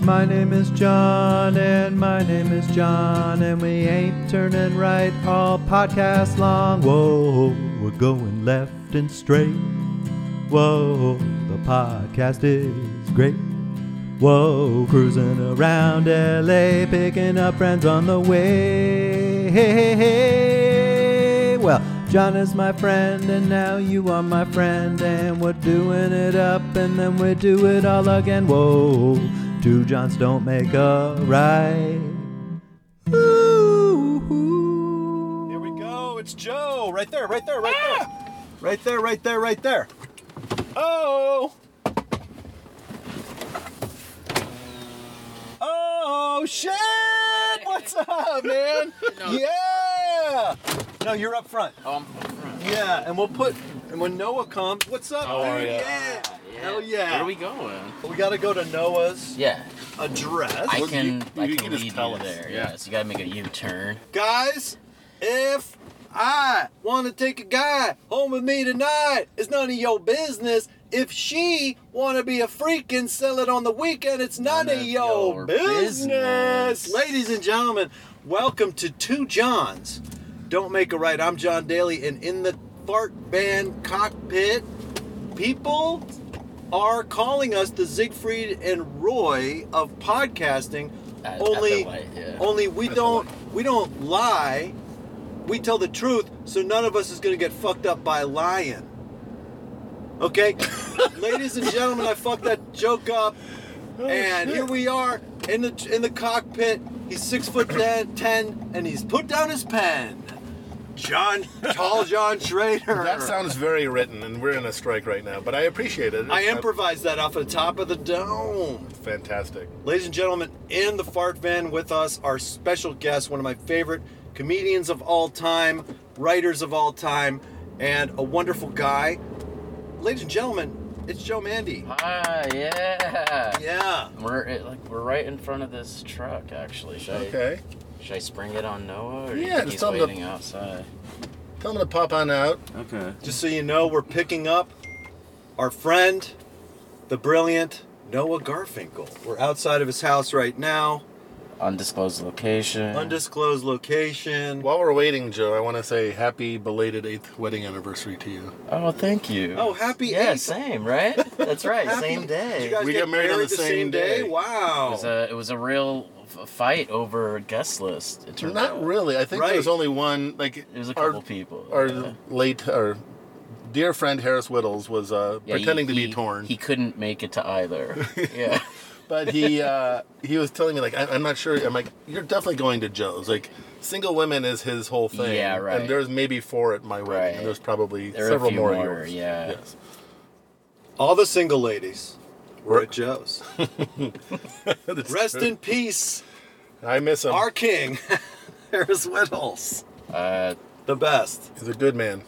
My name is John, and my name is John, and we ain't turning right all podcast long. Whoa, we're going left and straight. Whoa, the podcast is great. Whoa, cruising around LA, picking up friends on the way. Well, John is my friend, and now you are my friend, and we're doing it up, and then we do it all again. Whoa, two Johns don't make a right. Ooh. Here we go. It's Joe. Right there, right there, right there. Right there, right there, right there. Oh. Oh, shit. What's up, man? Yeah. No, you're up front. Oh, I'm from front. Yeah, and we'll put, and when Noah comes, what's up, How dude? are ya? Yeah. Hell yeah. Where are we going? We gotta go to Noah's Yeah, address. I Well, can. you- I you can, can just lead tell you us, there. yeah. Yes, you gotta make a U-turn. Guys, if I want to take a guy home with me tonight, it's none of your business. If she want to be a freak and sell it on the weekend, it's none, of your, business. business. Ladies and gentlemen, welcome to Two Johns. Don't make a right. I'm John Daly, and in the fart ban cockpit, people are calling us the Siegfried and Roy of podcasting. At- at the only, light, yeah. only we At the don't we don't lie. We tell the truth, so none of us is gonna get fucked up by lying. Okay, ladies and gentlemen, I fucked that joke up, and here we are in the in the cockpit. He's six foot ten, ten, and he's put down his pen. John, tall John Schrader. That sounds very written, and we're in a strike right now, but I appreciate it. I It's improvised that off the top of the dome. Fantastic. Ladies and gentlemen, in the fart van with us, our special guest, one of my favorite comedians of all time, writers of all time, and a wonderful guy. Ladies and gentlemen, it's Joe Mandy. Ah, yeah. Yeah. We're it, like we're right in front of this truck, actually. Should Okay. I should I spring it on Noah? Or do you Yeah, think just he's tell him to- waiting outside. Tell him to pop on out. Okay. Just so you know, we're picking up our friend, the brilliant Noah Garfinkel. We're outside of his house right now, Undisclosed location. undisclosed location. While we're waiting, Joe, I want to say happy belated eighth wedding anniversary to you. oh, thank you. Oh, happy yeah, eighth. same, right? That's right. Happy- same day. Did you guys We get got married on the same day. Wow. it was a it was a real f- fight over guest list. It turned out. Not really. I think there was Right. only one. Like it was a couple people, Our yeah. late, our dear friend Harris Whittles was uh, Yeah, he- pretending to he- be torn, He couldn't make it to either. Yeah. but he uh, he was telling me like I, I'm not sure. I'm like you're definitely going to Joe's. Like single women is his whole thing. Yeah, right. And there's maybe four at my wedding. Right. And there's probably There are a several few more, more, at yours. yeah. Yes. All the single ladies were Work. at Joe's. Rest in peace, I miss him. our king, Harris Whittles. Uh, The best. He's a good man.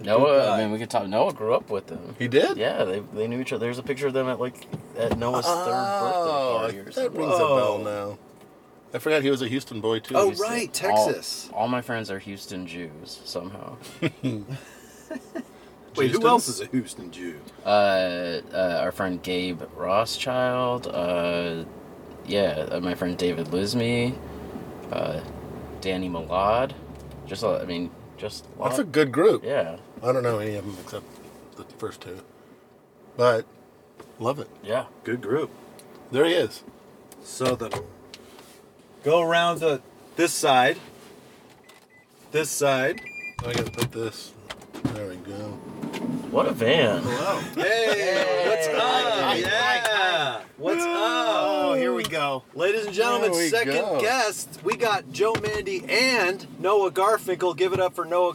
Noah, guy. I mean, we could talk. Noah grew up with them. He did. Yeah, they, they knew each other. There's a picture of them at like at Noah's Oh, third birthday party or that something. rings Whoa. a bell now. I forgot he was a Houston boy too. Oh, He's- right, All- Texas. All, my friends are Houston Jews somehow. Wait, who Houston? else is a Houston Jew? Uh, uh, our friend Gabe Rothschild. Uh, yeah, uh, my friend David Lismy. Uh, Danny Malad. Just a- I mean, just a lot. That's a good group. yeah, I don't know any of them except the first two, but love it. yeah. Good group. There he is. So the go around the this side. This side. I gotta put this. There we go. What a van. Hey, what's up? Yeah. What's up? Oh, here we go. Ladies and gentlemen, There we second go. guest, we got Joe Mandy and Noah Garfinkel. Give it up for Noah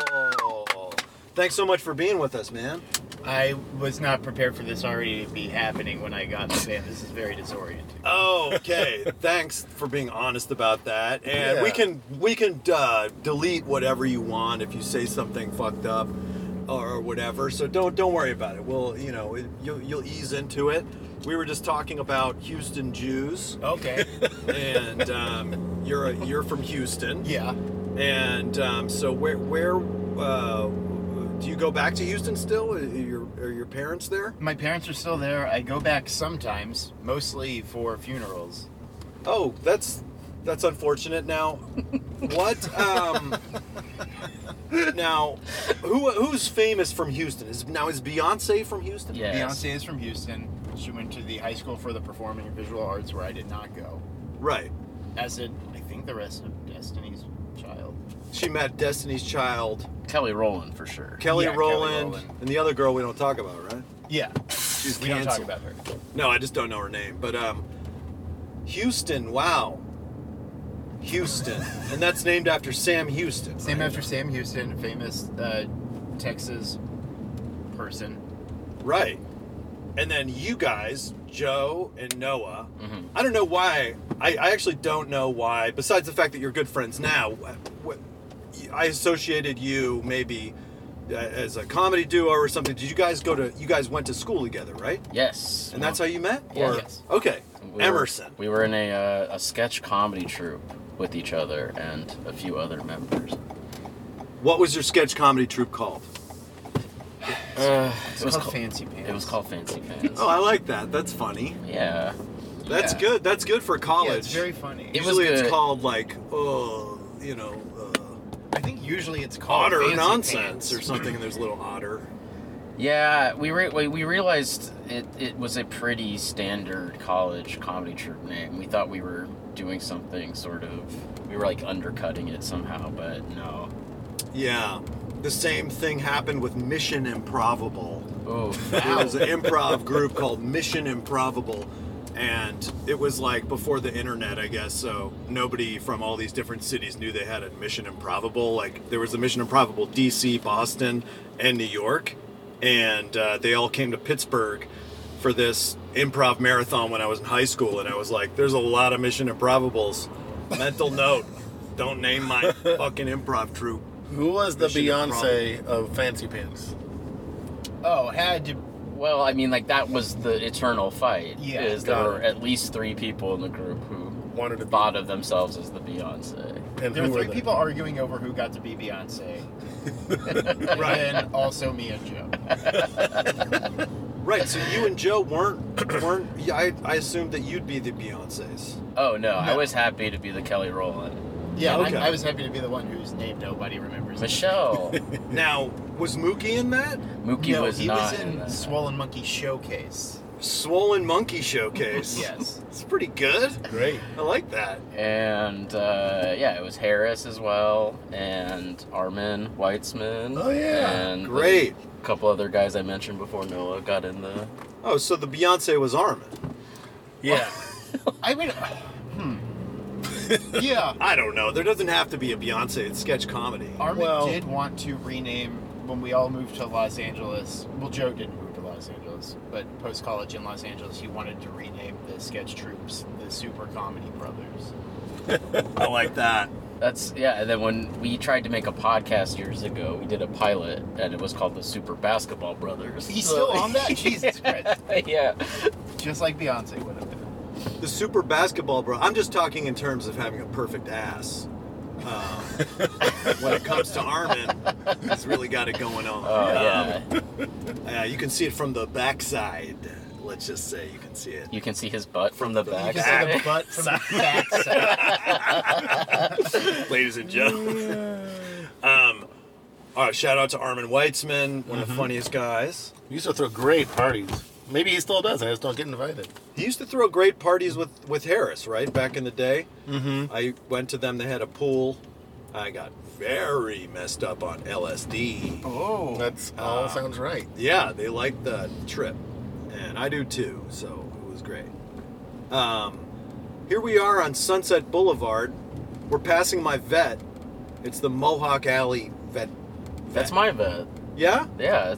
Garfinkel. Thanks so much for being with us, man. I was not prepared for this already to be happening when I got the van. This is very disorienting. Okay, thanks for being honest about that. And we Yeah. can we can uh, delete whatever you want if you say something fucked up or whatever. So don't don't worry about it. We'll you know it, you'll, you'll ease into it. We were just talking about Houston Jews, Okay. and um, you're a, you're from Houston. yeah. And um, so where where uh, do you go back to Houston still? Are your, are your parents there? My parents are still there. I go back sometimes, mostly for funerals. Oh, that's that's unfortunate. Now, what? Um, now, who who's famous from Houston? Is now is Beyonce from Houston? Yes. Beyonce is from Houston. She went to the High School for the Performing and Visual Arts, where I did not go. Right. As did, I think, the rest of Destiny's Child. She met Destiny's Child, Kelly Rowland for sure. Kelly, Yeah, Kelly Rowland, Rowland. and the other girl we don't talk about, right? Yeah. She's We don't talk canceled. about her. No, I just don't know her name. But um, Houston, wow. Houston, and that's named after Sam Houston. Same right? after Sam Houston, famous uh, Texas person. Right. And then you guys, Joe and Noah. Mhm. I don't know why. I, I actually don't know why. Besides the fact that you're good friends now, wh- wh- I associated you maybe uh, as a comedy duo or something. Did you guys go to? You guys went to school together, right? Yes. And that's how you met. Yeah. Or- Yes. Okay. We Emerson. Were, we were in a, uh, a sketch comedy troupe with each other and a few other members. What was your sketch comedy troupe called? Uh, It's it was called called Fancy Pants. it was called Fancy Pants. Oh, I like that. That's funny. yeah. That's Yeah. good. That's good for college. Yeah, it's very funny. It was Usually it's good. Oh, called like, oh, you know, uh, I think usually it's called otter Fancy nonsense Pants. or something, and there's a little otter. Yeah, we re- we we realized it, it was a pretty standard college comedy troupe name. We thought we were doing something sort of we were like undercutting it somehow, but no. Yeah. The same thing happened with Mission Improbable. Oof. There was an improv group called Mission Improbable, and it was like before the internet, I guess. So nobody from all these different cities knew they had a Mission Improbable. Like there was a Mission Improbable D.C., Boston, and New York, and uh, they all came to Pittsburgh for this improv marathon when I was in high school, and I was like, "There's a lot of Mission Improbables." Mental note: Don't name my fucking improv troupe. Who was the Mission Beyonce of Fancy Pants? Oh, had to. Well, I mean, like that was the eternal fight. Yeah, is there got were it. at least three people in the group who Wanted to be- thought of themselves as the Beyonce. And There who were three they? people arguing over who got to be Beyonce. Right. And then also me and Joe. Right, so you and Joe weren't weren't. yeah, I I assumed that you'd be the Beyonces. Oh no, I No. was happy to be the Kelly Rowland. Yeah, Okay. I, I was happy to be the one whose name nobody remembers. Michelle, Now, was Mookie in that Mookie no, was he not was in, in that. Swollen Monkey Showcase. Swollen Monkey showcase? Yes. it's pretty good. Great. I like that. and uh, yeah, it was Harris as well, and Armin Weitzman. Oh, yeah. and Great. A couple other guys I mentioned before Noah got in the. Oh, so the Beyonce was Armin. Yeah. I would. Hmm. yeah. I don't know. There doesn't have to be a Beyonce. It's sketch comedy. Armin Well- did want to rename when we all moved to Los Angeles. Well, Joe didn't move to Los Angeles, but post college in Los Angeles, he wanted to rename the sketch troops the Super Comedy Brothers. I like that. That's yeah, and then when we tried to make a podcast years ago, we did a pilot, and it was called the Super Basketball Brothers. He's still on that? Jesus Christ. yeah. Just like Beyonce would have been. The super basketball bro. I'm just talking in terms of having a perfect ass. Um, when it comes to Armin, he's really got it going on. Um, Oh yeah. Uh, you can see it from the backside. Let's just say you can see it. You can see his butt from the You back. can see the butt from the backside. Ladies and gentlemen. um, all right, shout out to Armin Weitzman, one of Mm-hmm. the funniest guys. He used to throw great parties. Maybe he still does. I just don't get invited. He used to throw great parties with, with Harris, right? Back in the day. Mm-hmm. I went to them, they had a pool. I got very messed up on LSD. Oh. That's Um, all sounds right. Yeah, they liked the trip, and I do too. So it was great. Um, here we are on Sunset Boulevard. We're passing my vet. It's the Mohawk Alley vet. That's my vet. Yeah. Yeah,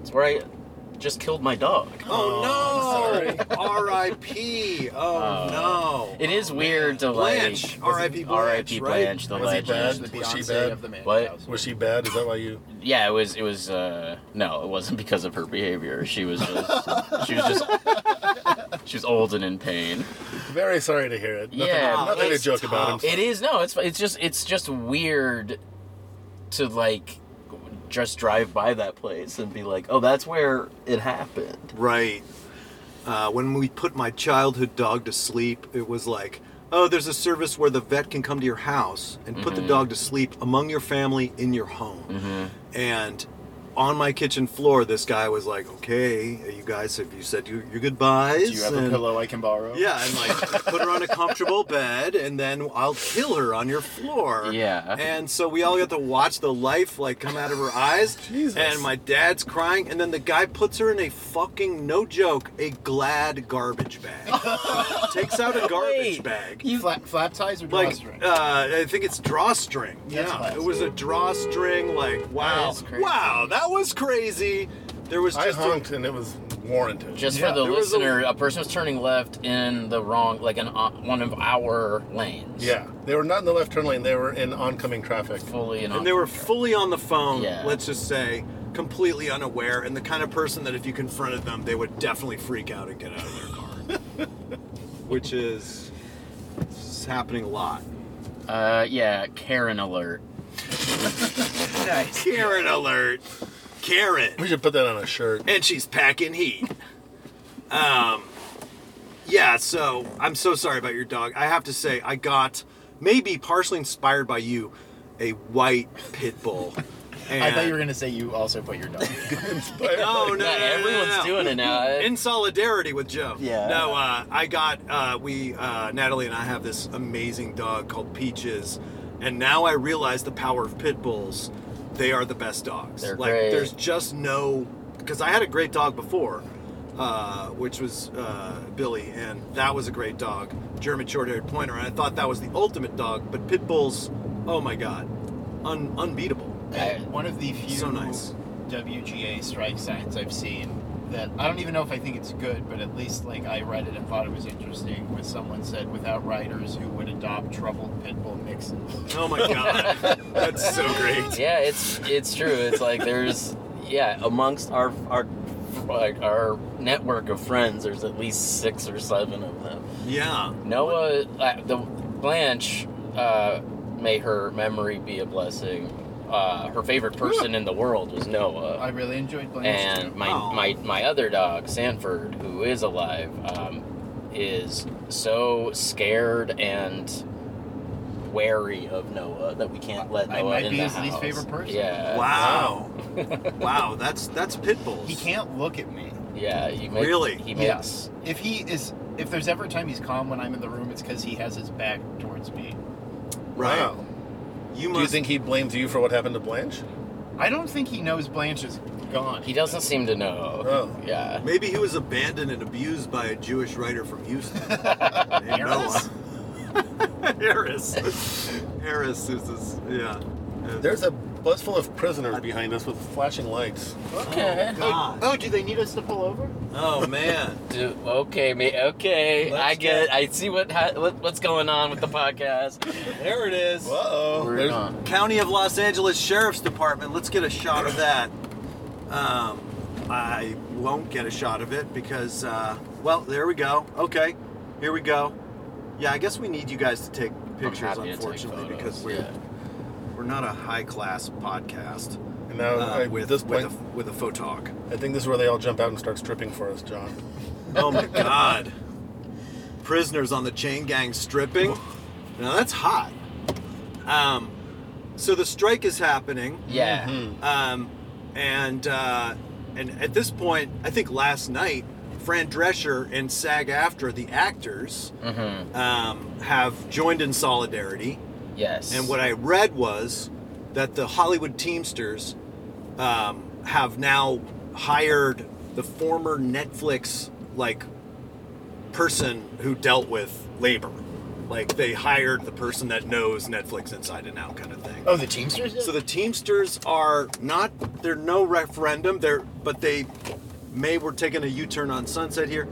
it's where I just killed my dog. Oh, no! R.I.P. Oh Uh, no! It is weird to like Blanche, R.I.P. Blanche, R.I.P. right? Blanche, the Was he legend. The bad? Was she Beyonce bad? of the man What? house. Was she bad? Is that why you? Yeah, it was. It was. uh No, it wasn't because of her behavior. She was just. she was just. She was old and in pain. Very sorry to hear it. Nothing, Yeah, nothing to that's joke about. tough. him. It is no. It's it's just it's just weird to like just drive by that place and be like, oh, that's where it happened. Right. Uh, when we put my childhood dog to sleep, it was like, oh, there's a service where the vet can come to your house and put Mm-hmm. the dog to sleep among your family in your home. And on my kitchen floor, this guy was like, okay, you guys, have you said your, your goodbyes? Do you have a And- pillow I can borrow? Yeah, and like put her on a comfortable bed, and then I'll kill her on your floor. Yeah. And so we all got to watch the life like come out of her eyes. Jesus. And my dad's crying, and then the guy puts her in a fucking no joke, a Glad garbage bag. Takes out a garbage Wait. bag. You flap, flap ties or Like drawstring? uh, I think it's drawstring. That's yeah, classy. it was a drawstring. Like wow, is crazy. wow, that was crazy. There was I just a- honked and it was warranted. Just Yeah, for the there was a- listener, a, person was turning left in the wrong, like an uh, one of our lanes. yeah, they were not in the left turn lane. They were in oncoming traffic. fully and Oh, and they were fully on the phone Yeah. let's just say completely unaware and the kind of person that if you confronted them they would definitely freak out and get out of their car which is it's happening a lot Uh, yeah, Karen alert. nice. karen alert We karen should put that on a shirt. and she's packing heat um yeah so i'm so sorry about your dog i have to say i got maybe partially inspired by you a white pit bull I thought you were And- gonna say you also put your dog. Oh, no, no, no, no, yeah, no, everyone's no. doing it now. in solidarity with Joe. Yeah. No, uh, I got uh, we uh, Natalie and I have this amazing dog called Peaches, and now I realize the power of pit bulls. They are the best dogs. They're like great. there's just no because I had a great dog before, uh, which was uh, Billy, and that was a great dog, German short-haired pointer, and I thought that was the ultimate dog. But pit bulls, oh my god, un- unbeatable. Uh, One of the few So nice. WGA strike signs I've seen that I don't even know if I think it's good, but at least like I read it and thought it was interesting. Was someone said without riders who would adopt troubled pit bull mixes? Oh my god, that's so great. yeah, it's it's true. It's like there's yeah amongst our our like our network of friends, there's at least six or seven of them. Yeah. Noah, uh, the Blanche, uh, may her memory be a blessing. Uh, her favorite person in the world was I Noah, really enjoyed Blanche. and too. my Aw. my my other dog Sanford, who is alive, um, is so scared and wary of Noah that we can't let I Noah might in be the his least house. favorite person. Yeah. Wow. wow, that's that's pit bulls. He can't look at me. Yeah, you make, Really? He Yeah. makes. If he is, if there's ever a time he's calm when I'm in the room, it's because he has his back towards me. Right. Wow. You Do you must think he blames you for what happened to Blanche? I don't think he knows Blanche is gone. He doesn't seem to know. Oh. Yeah. maybe he was abandoned and abused by a Jewish writer from Houston. Named Harris? Noah. Harris. Harris is this yeah. There's a bus full of prisoners behind us with flashing lights. Okay. God. Oh, do they need us to pull over? Oh man. Do, okay, me. Okay, Let's I get. get- it. I see what, ha, what what's going on with the podcast. There it is. Uh-oh. We're There's- not. County of Los Angeles Sheriff's Department. Let's get a shot of that. Um, I won't get a shot of it because, uh, well, there we go. Okay, here we go. Yeah, I guess we need you guys to take pictures, happy to take unfortunately, photos, because we're yeah. we're not a high class podcast And now, uh, I, with at this with point, a, with a photog. I think this is where they all jump out and start stripping for us, John. Oh my God! Prisoners on the chain gang stripping. Now that's hot. Um, so the strike is happening. Yeah. Um, and uh, and at this point, I think last night, Fran Drescher and SAG after the actors um, have joined in solidarity. Yes. And what I read was that the Hollywood Teamsters um, have now hired the former Netflix like person who dealt with labor. Like they hired the person that knows Netflix inside and out, kind of thing. Oh, the Teamsters. did? So the Teamsters are not they're no referendum, they're but they may we're taking a U-turn on sunset here.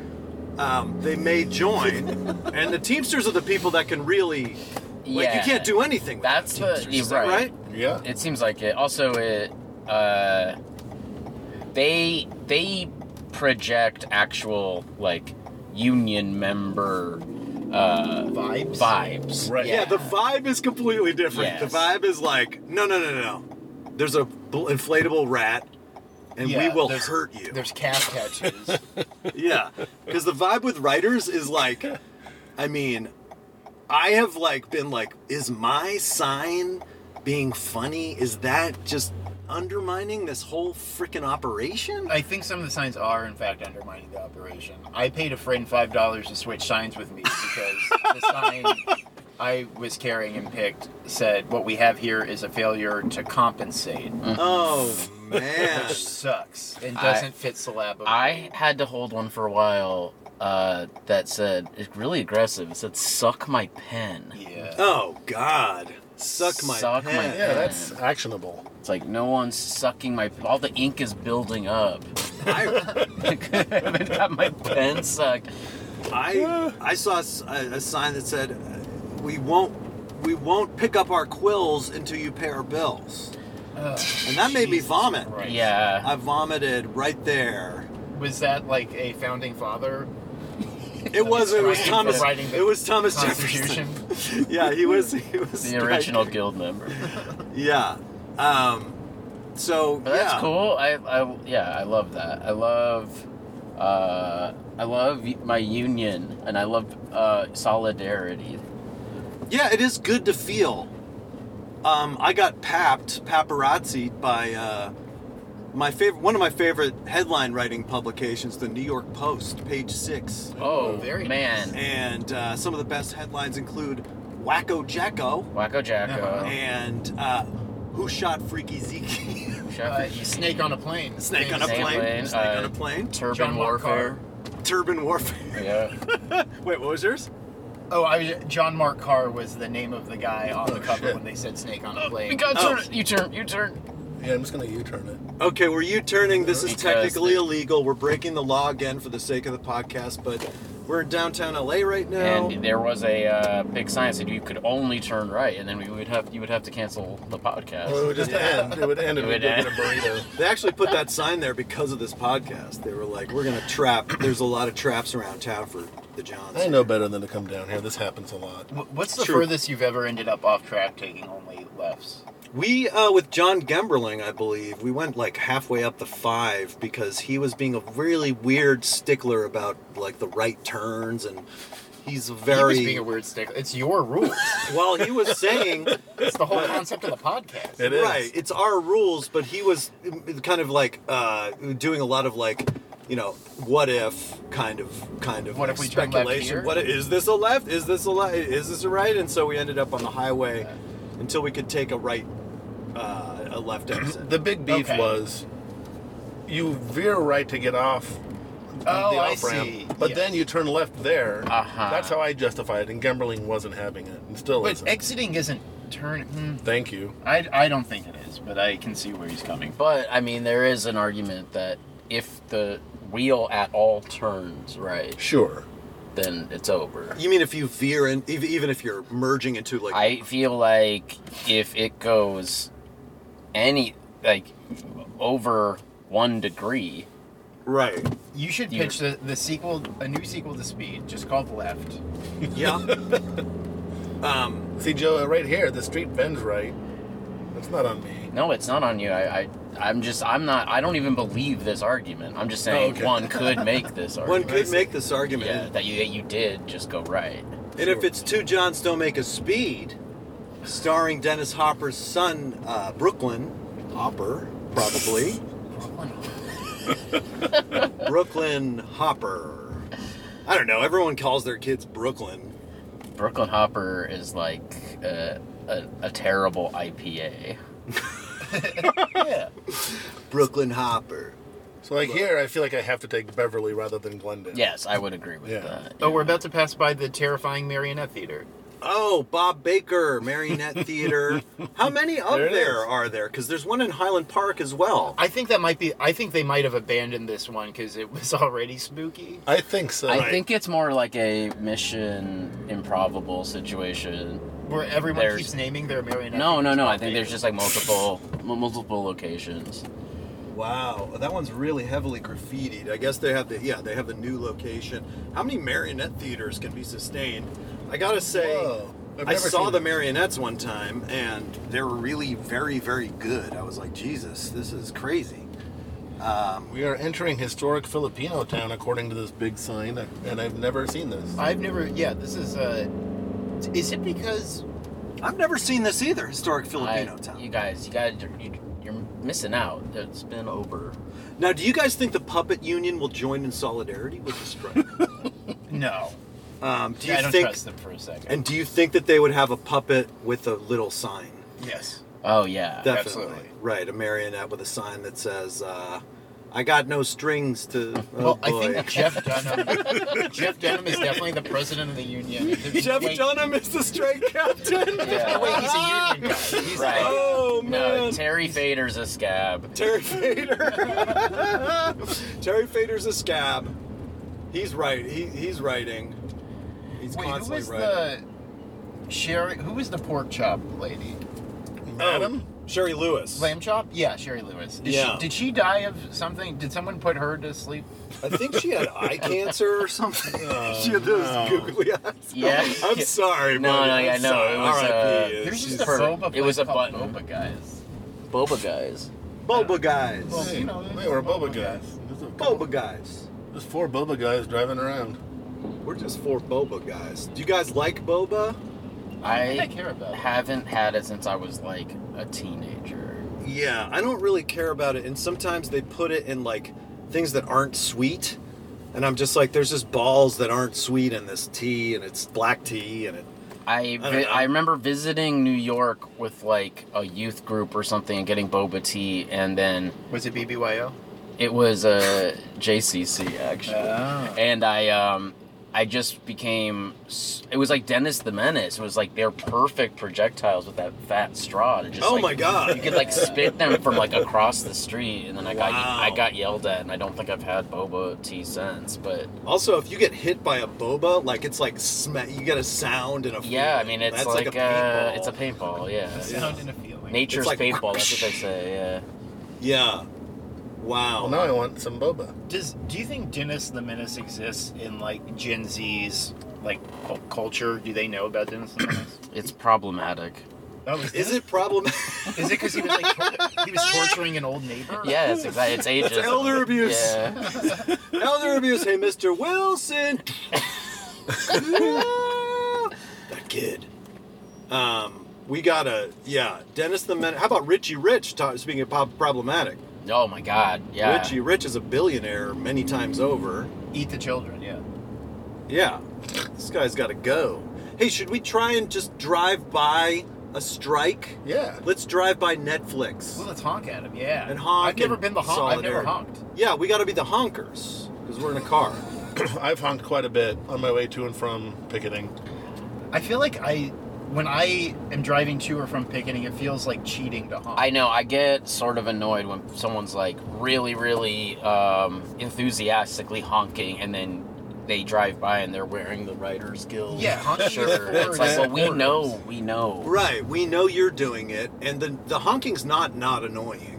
Um, they may join. and the Teamsters are the people that can really like you Yeah. can't do anything with That's the the- Teamsters, you're is that right. right. Yeah. it seems like it. Also, it. Uh, they they project actual like union member uh, vibes. vibes. Right. Yeah. the vibe is completely different. Yes. The vibe is like, no no no no. no. There's a bl- inflatable rat, and Yeah, we will there's- hurt you. There's calf tattoos. yeah because the vibe with writers is like i mean i have like been like is my sign being funny is that just undermining this whole freaking operation I think some of the signs are, in fact, undermining the operation. I paid a friend five dollars to switch signs with me because the sign I was carrying and picked said, "What we have here is a failure to compensate," oh man which sucks and I- doesn't fit syllable. I had to hold one for a while uh, that said, it's really aggressive. It said, suck my pen. yeah. oh god suck my Suck my pen Yeah, that's actionable. It's like, no one's sucking my All the ink is building up. I, I haven't got my pen sucked. I i saw s- a, a sign that said uh, we won't we won't pick up our quills until you pay our bills and that made me Oh, Jesus vomit Christ. Yeah. i vomited right there Was that like a founding father? It was. It was Writing- Thomas. writing the It was Thomas Constitution. Jefferson. Yeah, he was. He was the original striking. guild member. Yeah. Um. So But that's yeah. cool. I, I yeah, I love that. I love uh, I love my union and I love uh, solidarity. Yeah, it is good to feel. Um, I got papped, paparazzi by uh, my favorite, one of my favorite headline writing publications, the New York Post, page six. Oh, very man. And uh, some of the best headlines include Wacko Jacko Wacko Jacko. and uh, Who Shot Freaky Zeke? Uh, Shepherd snake on a plane. Snake on a Snake plane. plane, Snake uh, on a plane. Turban John Mark Warfare. Turban Warfare. Yeah. Wait, what was yours? Oh, I was, John Mark Carr was the name of the guy on the Oh, cover shit. when they said snake on a plane. Oh. turn. You turn. You turn. Yeah, I'm just gonna U-turn it. Okay, we're you turning. This is Because technically the- illegal. We're breaking the law again for the sake of the podcast, but we're in downtown LA right now. And there was a uh, big sign that said you could only turn right, and then we would have you would have to cancel the podcast. Well, Oh, it would just end. It would end if It we would go get a end. burrito. They actually put that sign there because of this podcast. They were like, we're going to trap. There's a lot of traps around town for the Johns. I know better than to come down here. This happens a lot. Wh- What's the True. furthest you've ever ended up off track taking only lefts? We, uh, with John Gemberling, I believe, we went like halfway up the five because he was being a really weird stickler about like the right turns and. He's a He very was being a weird stickler. It's your rules. well. He was saying it's the whole concept of the podcast. It is. Right, it's our rules, but he was mm, kind of like uh, doing a lot of like, you know, what if kind of kind of What like if we turn left speculation. here? What if, is this a left? Is this a left? Is this a right? And so we ended up on the highway until we could take a right, uh, a left exit. The big beef Okay. was you veer right to get off Oh, the I off ramp, see. but Yes. then you turn left there. Uh-huh. That's how I justify it, and Gemberling wasn't having it, and still But isn't. exiting isn't turning. Hmm, Thank you. I, I don't think it is, but I can see where he's coming. from. But I mean, there is an argument that if the wheel at all turns right, Sure. then it's over. You mean if you veer in, ev- even if you're merging into like I feel like if it goes any like over one degree, right, You should You're- pitch the, the sequel, a new sequel to Speed, just called Left. yeah. um, See, Joe, right here, the street bends right. That's not on me. no, it's not on you. I, I I'm just I'm not. I don't even believe this argument. I'm just saying Oh, okay. one could make this one argument. could make this argument, yeah, that you that you did just go right. and if it's two Johns don't make a speed, starring Dennis Hopper's son, uh, Brooklyn Hopper, probably. Brooklyn Hopper. I don't know. Everyone calls their kids Brooklyn. Brooklyn Hopper is like a, a, a terrible IPA. Yeah. Brooklyn Hopper. So, like here, I feel like I have to take Beverly rather than Glendale. Yes, I would agree with Yeah. that. Oh, we're about to pass by the terrifying Marionette Theater. Oh, Bob Baker, Marionette Theater. How many of there, There it is. are there? Because there's one in Highland Park as well. I think that might be. I think they might have abandoned this one because it was already spooky. I think so. I think it's more like a mission improbable situation. Where everyone There's- keeps naming their marionette. No, no, theaters no. I Bob think there's Baker. just like multiple m- multiple locations. Wow, that one's really heavily graffitied. I guess they have the yeah they have the new location. How many Marionette Theaters can be sustained? I gotta say, Whoa. I've I never saw seen the it. marionettes one time, and they were really very, very good. I was like, Jesus, this is crazy. We are entering historic Filipino town according to this big sign, and I've never seen this. I've never. Yeah, this is Uh, is it because I've never seen this either. Historic Filipino I- town. You guys, you guys, you, you're missing out. It's been over. Now, do you guys think the puppet union will join in solidarity with the strike? no? um, do you I don't think? trust them for a second. And do you think that they would have a puppet with a little sign? yes, Oh yeah. Definitely. Absolutely. Right, a marionette with a sign that says, uh, "I got no strings to." Oh well, boy. I think Jeff Dunham. Jeff Dunham is definitely the president of the union. There's Jeff no way- Dunham is the strike captain. no way yeah. he's a union guy. He's Right. like, Oh man. No, Terry Fader's a scab. Terry Fader. Terry Fader's a scab. He's right. He, he's writing. He's wait, who constantly was writing. the Sherry? Who was the pork chop lady? Madam? Oh, Sherry Lewis. Lamb chop? Yeah, Sherry Lewis. Did Yeah. She, did she die of something? Did someone put her to sleep? I think she had eye cancer or something. Oh, she had those no. googly eyes. Yeah. I'm sorry, No, buddy. no, I'm yeah, no, sorry. it was, R.I.P. uh, There's She's just a her- boba. it was place a called button. Boba guys. Boba guys. Boba guys. Well, Hey, you know, they were Boba boba guys. guys. There's, a couple- Boba guys. there's four boba guys driving around. We're just four boba guys. Do you guys like boba? I don't think I I care about. It. haven't had it since I was like a teenager. Yeah, I don't really care about it. And sometimes they put it in like things that aren't sweet. And I'm just like, there's just balls that aren't sweet in this tea, and it's black tea, and it. I don't vi- know. I remember visiting New York with like a youth group or something and getting boba tea, and then Was it BBYO? it was uh, JCC actually. Ah. and I um I just became s- it was like Dennis the Menace. It was like they're perfect projectiles with that fat straw to just oh like, my god! You could like spit them from like across the street and then I got Wow. I got yelled at and I don't think I've had boba tea since, but Also, if you get hit by a boba, like it's like sm- you get a sound and a yeah, I feeling. mean it's That's like, a uh paintball. it's a paintball, yeah. Yeah. Sound and a feeling. Nature's like- paintball, that's what they say, yeah. yeah. Wow. Oh, Well, now I want some boba. Does do you think Dennis the Menace exists in like Gen Z's like cul- culture? Do they know about Dennis the Menace? It's problematic. Oh, is, Is it? it problematic? Is it because he was like tor- he was torturing an old neighbor? Yes, exactly. It's ages. elder abuse. Yeah. Elder abuse. Hey, Mr. Wilson. that kid. Um, we gotta. Yeah, Dennis the man. How about Richie Rich? ta speaking of pop- problematic, Oh my god. Yeah. Richie Rich is a billionaire many times over. Eat the children. Yeah. Yeah, this guy's got to go. Hey, should we try and just drive by a strike? Yeah. Let's drive by Netflix. Well, let's honk at him. Yeah. And honk I've never and been the honk. I've never solidarity. honked. Yeah, we got to be the honkers because we're in a car. I've honked quite a bit on my way to and from picketing. I feel like I when I am driving to or from picketing, it feels like cheating to honk. I know. I get sort of annoyed when someone's like really, really um, enthusiastically honking, and then they drive by and they're wearing the Riders Guild. Yeah, honking is shirt. for- It's like, well, we for- know, we know. Right, we know you're doing it, and the the honking's not not annoying.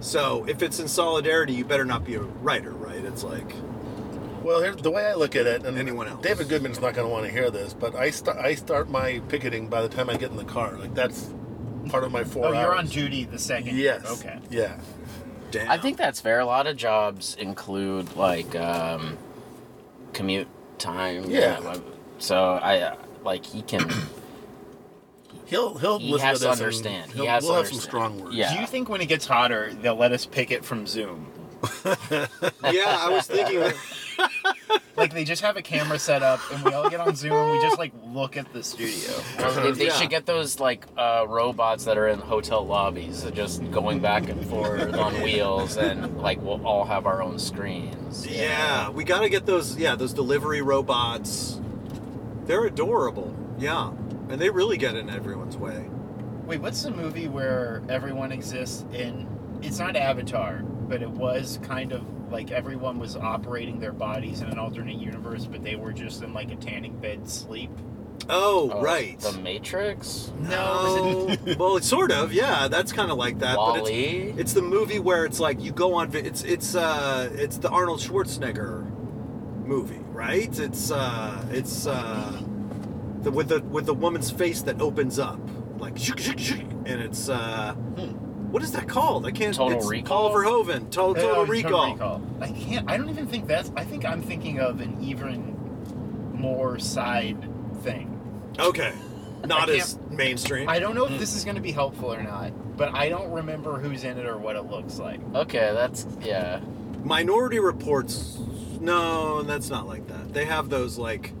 So if it's in solidarity, you better not be a writer, right? It's like Well, here's the way I look at it, and Anyone else? David Goodman's not going to want to hear this, but I start I start my picketing by the time I get in the car. Like that's part of my four. Oh, you're on hours. duty the second. Yes. Okay. Yeah. damn. I think that's fair. A lot of jobs include like um, commute time. Yeah. So I uh, like he can. He'll he'll He listen has to to this and understand. He he'll- has to we'll have some understand. strong words. Yeah. Do you think when it gets hotter, they'll let us pick it from Zoom? yeah, I was thinking. that- Like they just have a camera set up, and we all get on Zoom, and we just like look at the studio. They, they Uh-huh. Yeah. should get those like uh, robots that are in hotel lobbies, that just going back and forth on wheels, and like we'll all have our own screens. you Yeah, we got to get those. Yeah, those delivery robots. They're adorable. Yeah, and they really get in everyone's way. Wait, what's the movie where everyone exists in? It's not Avatar, but it was kind of like everyone was operating their bodies in an alternate universe, but they were just in like a tanning bed sleep. Oh, Oh, right. The Matrix? No, No, well, it's sort of. Yeah, that's kind of like that. But it's, Wally? it's the movie where it's like you go on. vi- It's it's uh it's the Arnold Schwarzenegger movie, right? It's uh it's uh the, with the with the woman's face that opens up, like shuk, shuk, shuk, and it's uh, what is that called? I can't. Total it's Recall? Paul Verhoeven. To- Hmm. Oh, total, recall. I can't. I don't even think that's. I think I'm thinking of an even more side thing. Okay, not I as mainstream. I don't know if this is going to be helpful or not, but I don't remember who's in it or what it looks like. Okay, that's yeah. Minority Reports. No, that's not like that. They have those like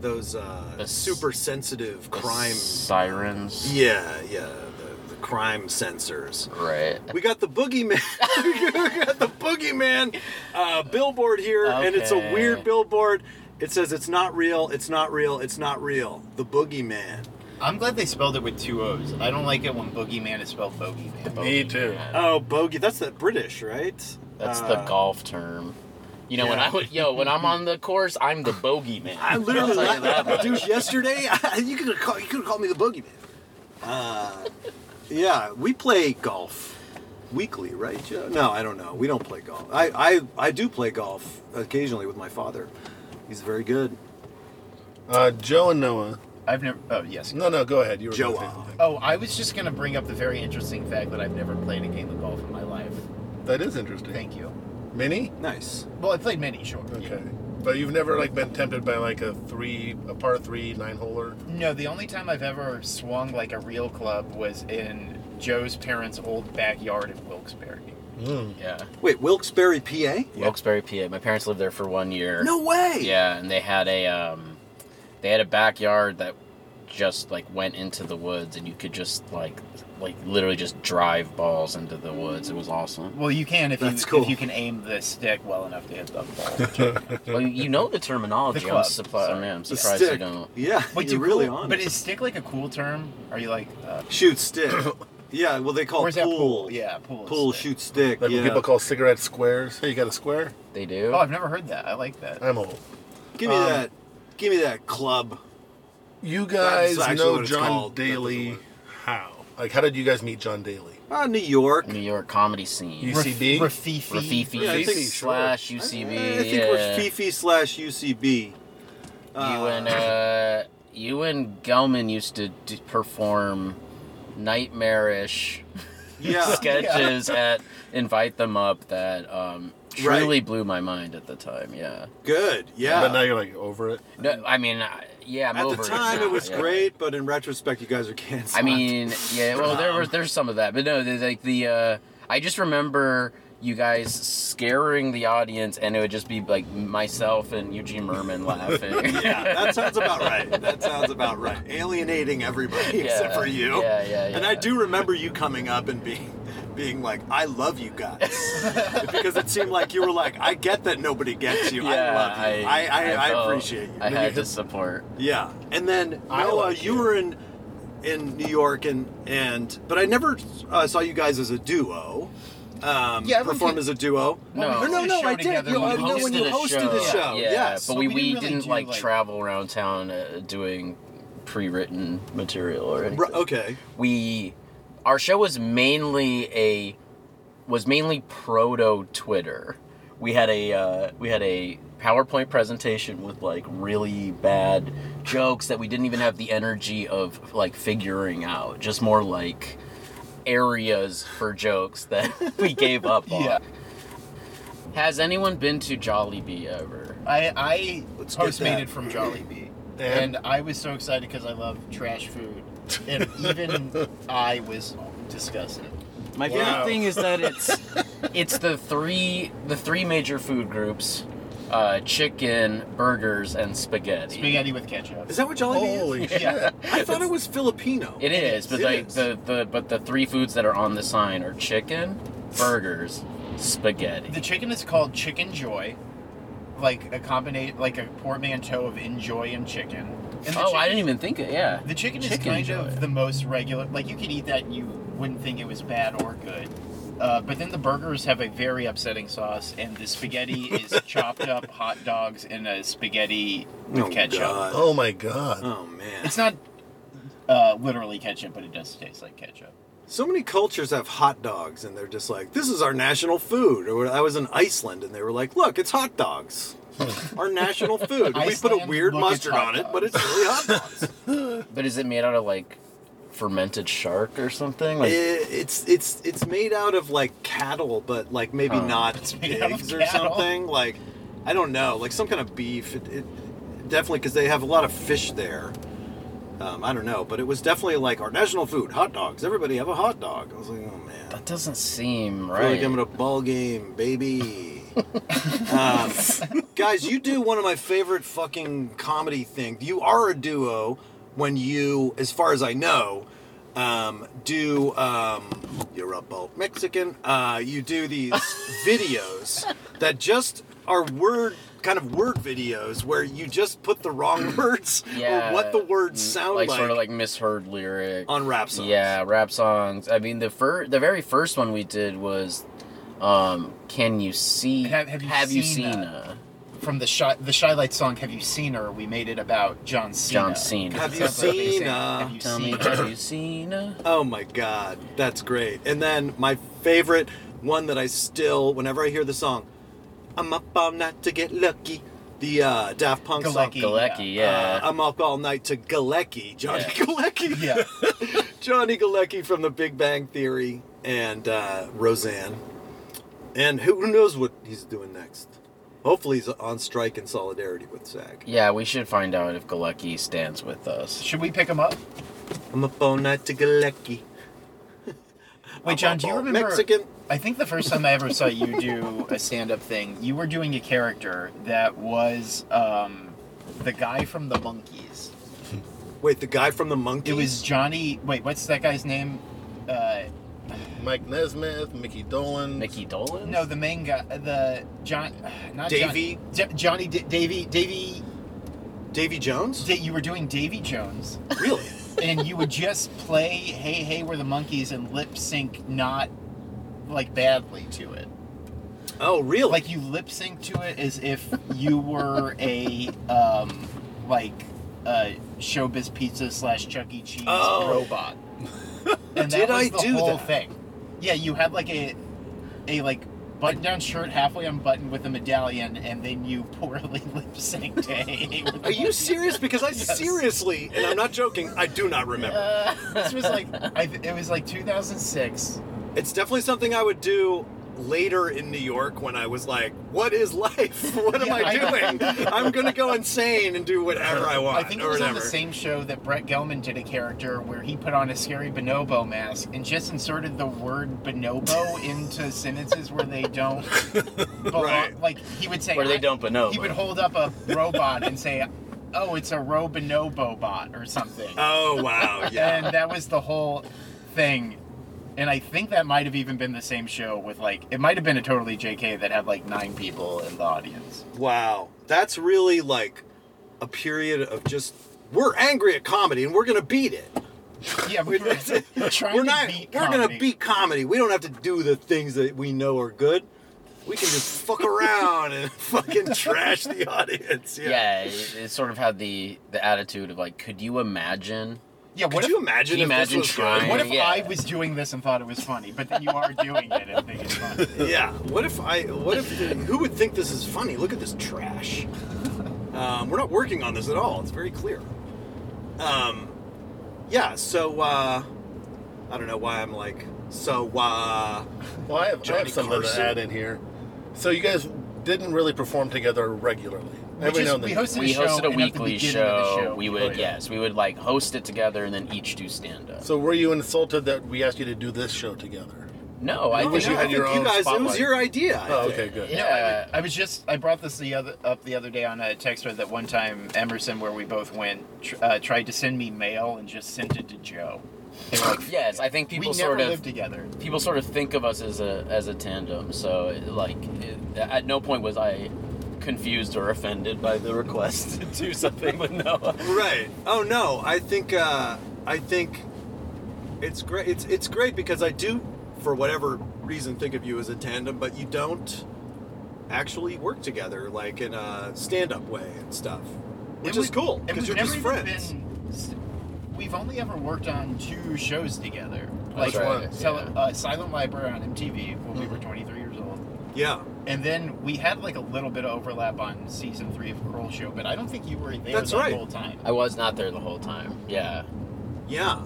those uh, The s- super sensitive The crime. sirens. Yeah, yeah, the, the crime sensors. Right. We got the boogeyman. we got the boogeyman uh, billboard here, and it's a Okay. weird billboard. It says it's not real, it's not real, it's not real. The boogeyman. I'm glad they spelled it with two O's. I don't like it when Boogeyman is spelled Bogeyman. Me too. Oh, bogey. That's the British, right? That's Uh, the golf term. You know when yeah. I would yo when I'm on the course, I'm the bogeyman. I literally, I'll tell you that much. dude. Yesterday, you could have called, you could have called me the boogeyman. Uh, yeah, we play golf weekly, right, Joe? No, I don't know. We don't play golf. I, I, I do play golf occasionally with my father. He's very good. Uh, Joe and Noah. I've never. Oh yes. No, no, go ahead. You were Joe. gonna say something. Oh, I was just going to bring up the very interesting fact that I've never played a game of golf in my life. Oh, That is interesting. Thank you. Mini? Nice. Well, I played many, sure. Okay. But you've never like been tempted by like a three, a par three nine holer. No, the only time I've ever swung like a real club was in Joe's parents' old backyard in Wilkes-Barre. Yeah. Wait, Wilkes-Barre, PA? Wilkes-Barre, PA. My parents lived there for one year. No way. Yeah, and they had a um, they had a backyard that just like went into the woods, and you could just like like literally just drive balls into the woods. It was awesome. Well, you can if you That's cool. if you can aim the stick well enough to hit the ball. Well, you know the terminology. The club, I'm, suppli- I sorry. mean, I'm The surprised stick. you don't. Yeah. But you're do really cool- on. But is stick like a cool term? Are you like uh, shoot stick. yeah. Well, they call where's it that Oh, pool. pool? Yeah, pool. is Pool stick. shoot stick. Like yeah. what people call cigarette squares. Hey, you got a square? They do. Oh, I've never heard that. I like that. I'm old. Give me um, that. Give me that club. You That's guys actually what know it's John called. That Daly. doesn't work. How? Like, how did you guys meet John Daly? Ah, New York. New York comedy scene. You- UCB? Rafifi. Rafifi Yeah, I think- slash I- UCB. I, think yeah. we're Fifi slash UCB. Uh, you and uh, you and Gelman used to d- perform nightmarish yeah. sketches at invite them up that um, Right. truly blew my mind at the time. Yeah, Good. Yeah. But now you're like over it. no, I mean, I, yeah, I'm At over the time, now, it was yeah. great, but in retrospect, you guys are canceled. I mean, yeah, well, there was there's some of that, but no, there's like the uh, I just remember you guys scaring the audience, and it would just be like myself and Eugene Merman laughing. yeah, that sounds about right. That sounds about right. Alienating everybody except for you. Yeah, yeah, yeah. And I do remember you coming up and being being like, I love you guys. because it seemed like you were like, I get that nobody gets you. I Yeah, love you. I, I, I, felt appreciate you. I Then you had hit- to support. yeah. And then I Noah, like you you. were in in New York and and but I never uh, saw you guys as a duo. Um, Yeah, I don't perform think- as a duo. No. Or no, We did a no, show I did. together You, when I we know when you hosted the show. Yeah, yes. but But we, we we didn't really didn't do, like, like- travel around town uh, doing pre-written material or anything. Ru- okay. We our show was mainly a was mainly proto Twitter. We had a uh, we had a PowerPoint presentation with like really bad jokes that we didn't even have the energy of like figuring out. Just more like areas for jokes that we gave up on. Yeah. Has anyone been to Jollibee ever? I I Let's get that. postmated from Jollibee, And? and I was so excited because I love trash food, and even I was disgusted. My Wow. favorite thing is that it's it's the three the three major food groups, uh, chicken, burgers, and spaghetti. Spaghetti with ketchup. Is that what Jollibee is? Holy shit! Yeah. I thought it was Filipino. It is, but It like is. the the but the three foods that are on the sign are chicken, burgers, spaghetti. The chicken is called Chicken Joy, like a combination, like a portmanteau of enjoy and chicken. And the Oh, I chicken- didn't even think it. Yeah. The chicken, is Chicken kind joy. of the most regular. Like you could eat that, and you wouldn't think it was bad or good. Uh, but then the burgers have a very upsetting sauce, and the spaghetti is chopped up hot dogs in a spaghetti with Oh, ketchup. God. Oh my god! Oh man. It's not uh, literally ketchup, but it does taste like ketchup. So many cultures have hot dogs, and they're just like, "This is our national food." Or I was in Iceland, and they were like, "Look, it's hot dogs, our national food." And we put a Iceland, weird look, it's mustard hot on it, dogs. but it's really hot dogs. But is it made out of like fermented shark or something? Like, It- it's it's it's made out of like cattle, but like maybe Huh. not made out of pigs or cattle? something. Like I don't know, like some kind of beef. It, it definitely because they have a lot of fish there. Um, I don't know, but it was definitely like our national food, hot dogs. Everybody have a hot dog. I was like, oh man, that doesn't seem I feel right. like I'm at a ball game, baby. um, guys, you do one of my favorite fucking comedy thing. You are a duo when you, as far as I know, um, do um, you're a bolt Mexican. Uh, you do these videos that just are word kind of word videos where you just put the wrong words or what the words mm, sound like, like, sort of like misheard lyric. on rap songs. Yeah, rap songs. I mean, the fir- the very first one we did was, um, can you see? Have- have you seen seen that? uh, From the Shy, the Shy Light song, Have You Seen Her? We made it about John Cena. John Cena? Have you That's what they seen, say. uh, Have you Tell seen me, have you seen? uh, Oh my god, that's great. And then my favorite one that I still, whenever I hear the song, I'm up all night to get lucky. The uh, Daft Punk Galecki. song. Galecki? Uh, Yeah. I'm up all night to Galecki, Johnny Yeah. Galecki. Yeah. Johnny Galecki from The Big Bang Theory and uh, Roseanne. And who knows what he's doing next? Hopefully he's on strike in solidarity with SAG. yeah, we should find out if Galecki stands with us. Should we pick him up? I'm up all night to Galecki. Wait, I'm John, up do you all remember? Mexican? I think the first time I ever saw you do a stand-up thing, you were doing a character that was um, the guy from the Monkees. Wait, the guy from the Monkeys? It was Johnny. Wait, what's that guy's name? Uh, Mike Nesmith, Mickey Dolan. Mickey Dolan? no, the main guy. The John. Not Davy? John, J- Johnny D- Davy. Davy. Davy Jones? Da- you were doing Davy Jones, really? and you would just play "Hey Hey We're the Monkeys" and lip sync not like badly to it. Oh, really? like you lip sync to it as if you were a um like a showbiz pizza slash Chuck E. Cheese Oh. robot. And Did that was I the do whole that? thing. Yeah, you had like a a like button down shirt halfway unbuttoned with a medallion, and then you poorly lip synced to AA with Are the- you serious? Because I seriously, and I'm not joking, I do not remember. This was like I, it was like 2006. It's definitely something I would do later in New York when I was like, what is life? What am Yeah, I I know. doing? I'm going to go insane and do whatever I want I think it or was on whatever. the same show that Brett Gelman did a character where he put on a scary bonobo mask and just inserted the word bonobo into sentences where they don't belong. Right. Like he would say, Where they I- don't bonobo. He would hold up a robot and say, "Oh, it's a ro bonobo bot" or something. oh, wow. Yeah. And that was the whole thing. And I think that might have even been the same show with like it might have been a totally JK that had like nine people in the audience. Wow. That's really like a period of just, we're angry at comedy and we're going to beat it. Yeah, we were trying we're to not. beat we're gonna comedy. beat comedy. We don't have to do the things that we know are good. We can just fuck around and fucking trash the audience. Yeah. Yeah, it, it sort of had the the attitude of like, could you imagine? Yeah, Could what if you imagine? Can you if imagine this was trying? What if Yeah. I was doing this and thought it was funny, but then you are doing it and think it's funny? Good? Yeah. What if I? What if? The, who would think this is funny? Look at this trash. Um, we're not working on this at all. It's very clear. Um, yeah. So uh, I don't know why I'm like so. Uh, Well, I have, I Johnny have something Carson. to add in here. So you guys didn't really perform together regularly. We Every just- now and we then. hosted we a show. hosted a and at the weekly beginning of show. the We would Oh, yeah. yes, we would like host it together and then each do stand up. so were you insulted that we asked you to do this show together? no, no, I think wish you no, had your think own guys, It was spotlight. your idea. I Oh, think. okay, good. No, I, Yeah. would- I was just I brought this the other up the other day on a text thread that one time Emerson where we both went tr- uh, tried to send me mail and just sent it to Joe. They were like, Yes, I think people we sort never of lived together. people sort of think of us as a as a tandem. So like, it, at no point was I confused or offended by the request to do something with Noah. Right. Oh no, I think uh, I think it's great. It's it's great because I do, for whatever reason, think of you as a tandem, but you don't actually work together like in a stand-up way and stuff, which And is we- cool and because we've you're never just even friends. been- we've only ever worked on two shows together. Like, Which one? Tele- Yeah. Mm-hmm. uh, Silent Library on MTV when we were 23 years old. Yeah. And then we had like a little bit of overlap on season three of Girl Show, but I don't think you were there That's the right. whole time. I was not there the whole time. Yeah. Yeah.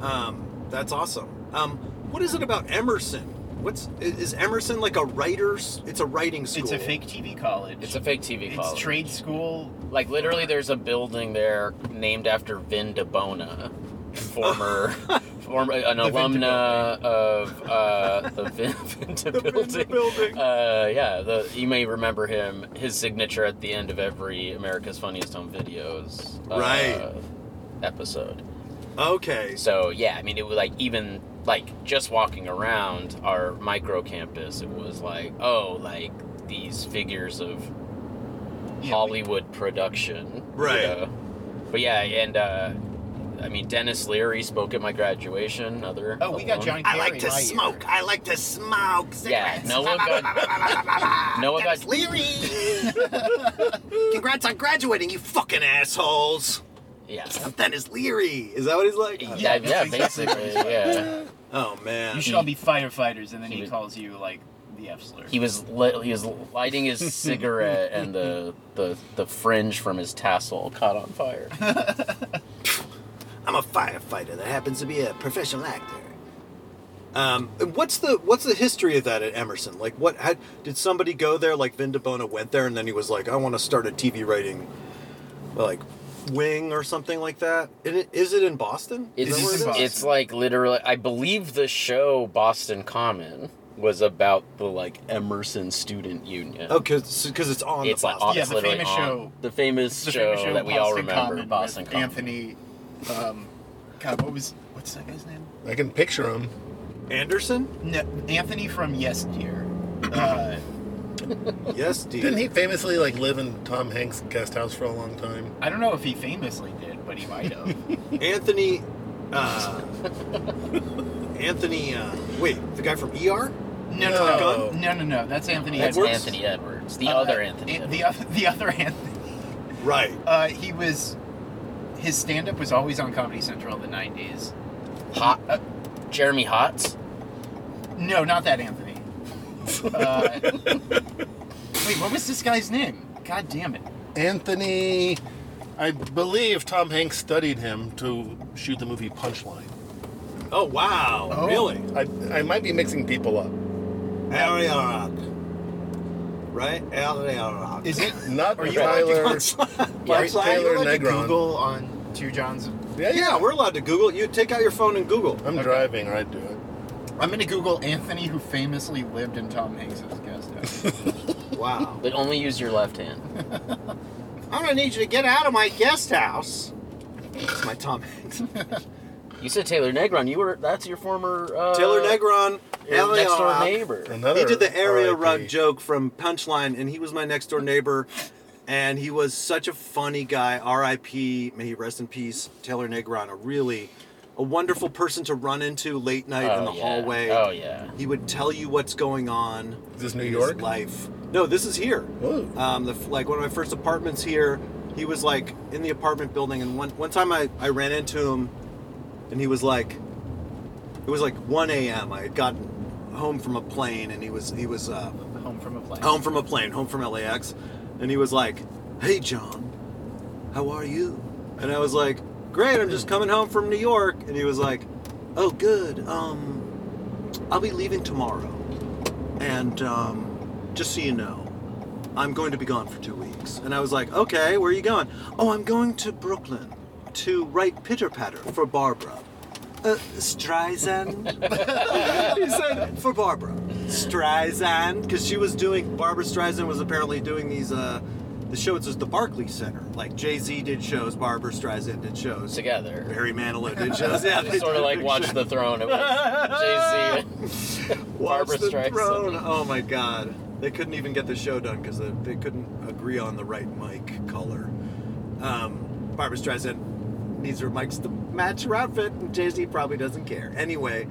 Um, that's awesome. Um, what is it about Emerson? What's i- is Emerson like a writer's? It's a writing school. It's a fake TV college. It's a fake TV It's college. trade school. Like literally, there's a building there named after Vin DeBona, former, former an The Vin alumna of uh, the Vin, Vin The Vinda DeBuilding. building. Uh, yeah, the, you may remember him. His signature at the end of every America's Funniest Home Videos uh, Right. episode. Okay. So yeah, I mean, it was like even like just walking around our micro campus, it was like oh, like these figures of Yeah, Hollywood production, Right. know. But yeah, and uh, I mean, Dennis Leary spoke at my graduation. Another Oh, we got alum. John Kerry. I like to my year. smoke. I like to smoke. Yeah, Cigarettes. Noah got Noah got Leary. Congrats on graduating, you fucking assholes. yeah. I'm Dennis Leary. Is that what he's like? Yeah, that's yeah, exactly what basically, he's like. yeah. Oh man. You should all be firefighters, and then He he was- calls you like the F slur. He was li- he was lighting his cigarette, and the, the the fringe from his tassel caught on fire. I'm a firefighter that happens to be a professional actor. Um, what's the what's the history of that at Emerson? Like, what how, did somebody go there? Like Vin DeBona went there, and then he was like, "I want to start a TV writing, like, wing or something like that." And it, is it in Boston? Is It's that where it in is? Boston. it's like literally. I believe the show Boston Common was about the like Emerson Student Union. Oh, because it's on It's the like Boston. on- Yeah, it's the literally famous on- show- the famous the show famous show that we all Boston remember, Common with Boston Common. Anthony, um, God, what was what's that guy's name? I can picture him. Anderson? No, Anthony from Yes Dear. Uh, Yes, dude. Didn't he famously like live in Tom Hanks' guest house for a long time? I don't know if he famously did, but he might have. Anthony. Uh, Anthony. Uh, wait, the guy from ER? No. No, no, no, no, no, no. That's Anthony That's Edwards. Anthony Edwards, the Uh, other Anthony. An- Edwards. The other, the other Anthony. Right. Uh, he was. His stand-up was always on Comedy Central in the '90s. Hot, Jeremy Hotz. No, not that Anthony. Uh, wait, what was this guy's name? God damn it! Anthony, I believe Tom Hanks studied him to shoot the movie Punchline. Oh wow! Oh. Really? I, I might be mixing people up. Ariarak. Right? Ariarak. Is it? Not Are you Tyler. Punchline? Taylor You're allowed to Negron. Google on Two Johns. Yeah, Yeah, we're allowed to Google. You take out your phone and Google. I'm Okay. driving, or I'd do it. I'm gonna Google Anthony, who famously lived in Tom Hanks' guest house. Wow. But only use your left hand. I'm gonna need you to get out of my guest house. It's my Tom Hanks. You said Taylor Negron. You were that's your former uh, Taylor Negron. your next door Ariarak. neighbor. Another He did the area RIP. rug joke from Punchline, and he was my next door neighbor. And he was such a funny guy. R.I.P. May he rest in peace. Taylor Negron, a really, a wonderful person to run into late night in the yeah. hallway. Oh yeah. He would tell you what's going on. Is this New in York? His life. No, this is here. Whoa. Um, the, f- like one of my first apartments here. He was like in the apartment building, and one one time I I ran into him, and he was like, it was like 1 a.m. I had gotten home from a plane, and he was he was uh, Home from a plane. Oh, home from a plane, home from LAX, and he was like, "Hey John, how are you?" And I was like, "Great, I'm just coming home from New York." And he was like, "Oh, good. Um, I'll be leaving tomorrow, and um, just so you know, I'm going to be gone for two weeks." And I was like, "Okay, where are you going?" "Oh, I'm going to Brooklyn to write Pitter Patter for Barbara." Uh, Streisand? he said for Barbara Streisand because she was doing Barbara Streisand was apparently doing these uh the shows at the Barclay Center. Like Jay Z did shows, Barbara Streisand did shows, Together. Barry Manilow did shows. Yeah, they It's sort did of like big Watch shows. the Throne. It was Jay Z. Watch Barbra the Streisand. Throne. Oh my God, they couldn't even get the show done because they, they couldn't agree on the right mic color. Um, Barbara Streisand needs her mics to match her outfit, and Jay Z probably doesn't care. Anyway,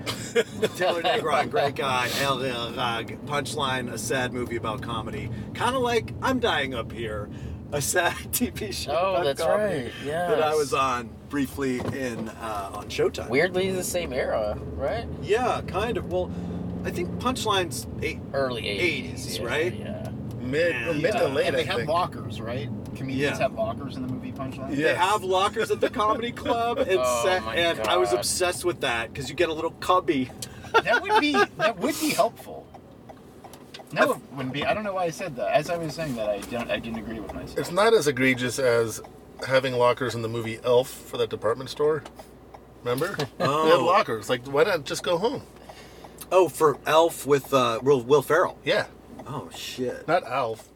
Taylor Negron, great guy, El Rag, punchline, a sad movie about comedy, kind of like I'm dying up here. a sad TV show. Oh, about that's comedy right. Yeah. That I was uh, on briefly in uh, on Showtime. Weirdly, the same era, right? Yeah, kind of. Well, I think Punchline's eight. Early 80s. 80s, yeah, right? Yeah. Mid, Yeah. mid to Yeah. late. Uh, and they I have think. lockers, right? Comedians Yeah. have lockers in the movie Punchline. Yeah. They have lockers at the comedy club, and, Oh, sa- my and I was God. obsessed with that because you get a little cubby. that would be that would be helpful. No, it wouldn't be. I don't know why I said that. As I was saying that, I don't. I didn't agree with myself. It's not as egregious as having lockers in the movie Elf for that department store. Remember? They had Oh. lockers. Like, why not just go home? Oh, for Elf with uh, Will, Will Ferrell. Yeah, Oh shit. not Alf.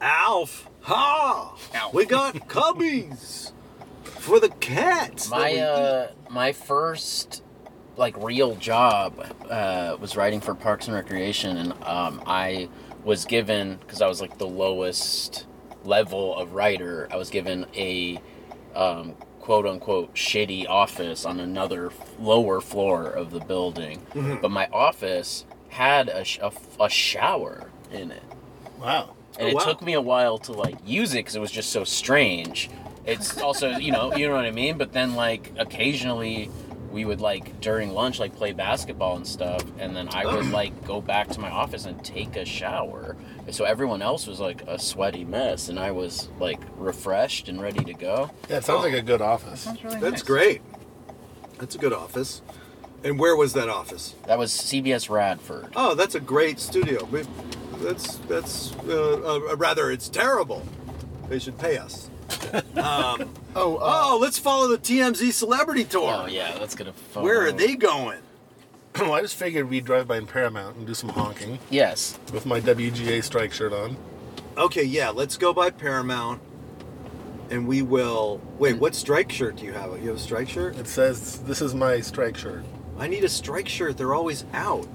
Alf. Ha! Alf. We got cubbies for the cats. that my Oh, we uh my first like real job uh, was writing for Parks and Recreation, and um, I was given because I was like the lowest level of writer. I was given a um, quote unquote shitty office on another f- lower floor of the building, but my office had a, sh- a, f- a shower in it Wow. and Oh, it wow. took me a while to like use it because it was just so strange. It's also you know you know what I mean. But then like occasionally we would like during lunch like play basketball and stuff, and then I Oh. would like go back to my office and take a shower. And so everyone else was like a sweaty mess, and I was like refreshed and ready to go. Yeah, it sounds like a good office. Sounds really That's nice. great. That's a good office. And where was that office? That was CBS Radford. Oh, that's a great studio. We've, that's that's uh, uh, rather it's terrible. They should pay us. Um, Oh, uh, oh, let's follow the TMZ celebrity tour. Oh yeah, that's gonna. Phone. Where are they going? well, I just figured we'd drive by in Paramount and do some honking Yes, with my WGA strike shirt on. Okay, yeah, let's go by Paramount, and we will. Wait, what strike shirt do you have? You have a strike shirt? It says, "This is my strike shirt." I need a strike shirt. They're always out.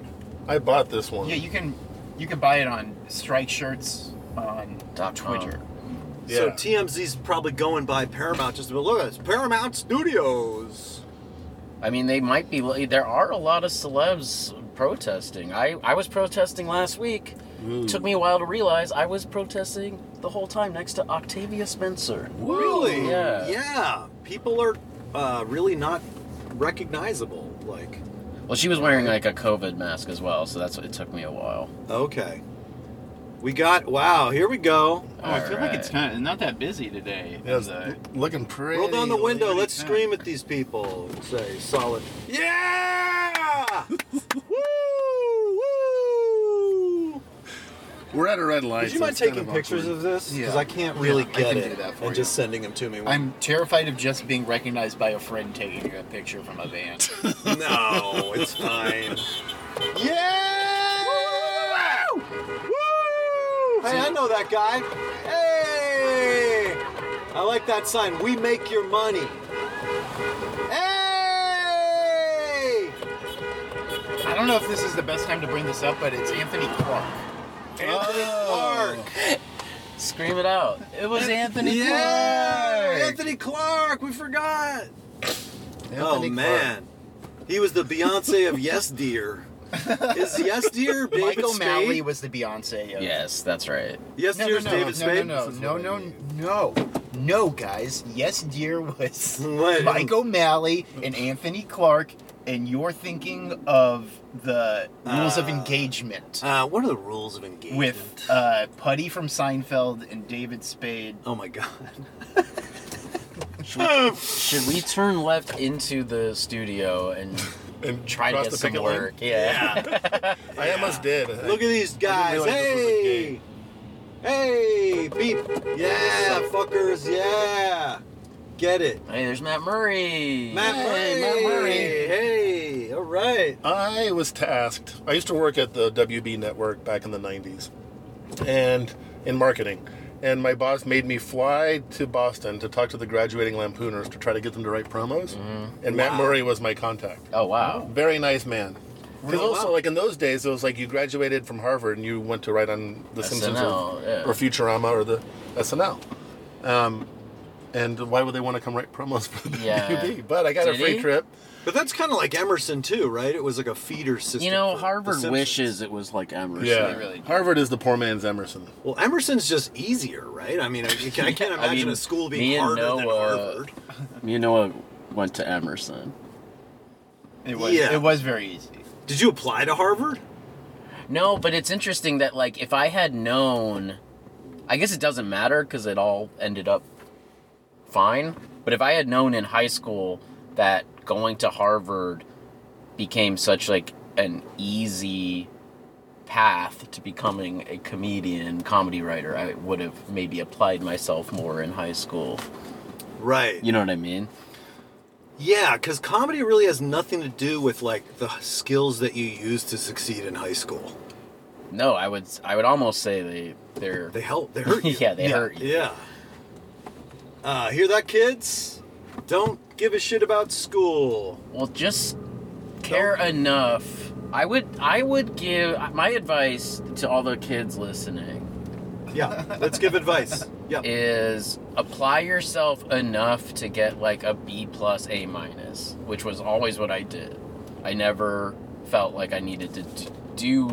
I bought this one. yeah, you can you can buy it on Strike Shirts on Dot com. Twitter. So Yeah. TMZ's probably going by Paramount just to be, look at this Paramount Studios. I mean, they might be. There are a lot of celebs protesting. I, I was protesting last week. Ooh. Took me a while to realize I was protesting the whole time next to Octavia Spencer. Really? Yeah. Yeah. People are uh, really not recognizable. Like, Well, she was wearing like a COVID mask as well, so that's what it took me a while. okay. We got, wow, here we go. Oh, I feel like it's Alright. kind of not that busy today. Yeah, it's l- looking pretty. Roll down the window. lady. Let's scream at these people. and Say solid. Yeah! woo! Woo! We're at a red light. Would you so mind it's kind taking of pictures awkward. of this? Because Yeah. I can't really Yeah, I get can it do that for and you. just sending them to me. I'm terrified of just being recognized by a friend taking a picture from a van. no, it's fine. Yeah! Woo! Hey, I know that guy. Hey! I like that sign. We make your money. Hey! I don't know if this is the best time to bring this up, but it's Anthony Clark. Anthony Oh. Clark. Scream it out. It was Anthony yeah! Clark. Anthony Clark. We forgot. Anthony oh Clark. man, he was the Beyonce of Yes Dear. Is Yes Dear David Michael Spade? Malley was the Beyonce of Yes, that's right. Yes No, no, Dear's no, David no, Spade. no, no, no, no, no, no, guys. Yes, dear was What? Mike O'Malley and Anthony Clark, and you're thinking of the rules of Uh, engagement Uh, what are the rules of engagement? with uh, Putty from Seinfeld and David Spade. oh my god. Should we turn left into the studio and And try to cross get the some picket line? work? Yeah. I almost did. I- Look at these guys. realize this was a Hey, hey, game. beep. Yeah, fuckers. Yeah, get it. Hey, there's Matt Murray. Matt Murray. Hey, Matt Murray. Hey, all right. I was tasked. I used to work at the WB network back in the 90s and in marketing. And my boss made me fly to Boston to talk to the graduating lampooners to try to get them to write promos. And Matt Murray was my contact. Oh wow. Very nice man. Because Oh, also, wow. like in those days, it was like you graduated from Harvard and you went to write on The Simpsons or, SNL, yeah. or Futurama or the SNL. Um, And why would they want to come write promos for the Yeah. WB? But I got Did a free he? trip. But that's kind of like Emerson too, right? It was like a feeder system. You know, for The Harvard Simpsons. wishes it was like Emerson. Yeah. They really do. Harvard is the poor man's Emerson. Well, Emerson's just easier, right? I mean, I, you can, I can't I imagine mean, a school me being and harder than Noah- Harvard. You know, I went to Emerson. It was Yeah. it was very easy. Did you apply to Harvard? No, but it's interesting that like if I had known, I guess it doesn't matter because it all ended up fine. But if I had known in high school that going to Harvard became such like an easy path to becoming a comedian, comedy writer, I would have maybe applied myself more in high school. Right. You know what I mean? Yeah, because comedy really has nothing to do with like the skills that you use to succeed in high school. No, I would I would almost say they they're They help. They hurt you. yeah, they hurt you. Yeah. Uh, hear that, kids? Don't give a shit about school. Well, just care enough. I would I would give my advice to all the kids listening Yeah. Let's give advice. Yeah. is apply yourself enough to get like a B plus A minus, which was always what I did. I never felt like I needed to d- do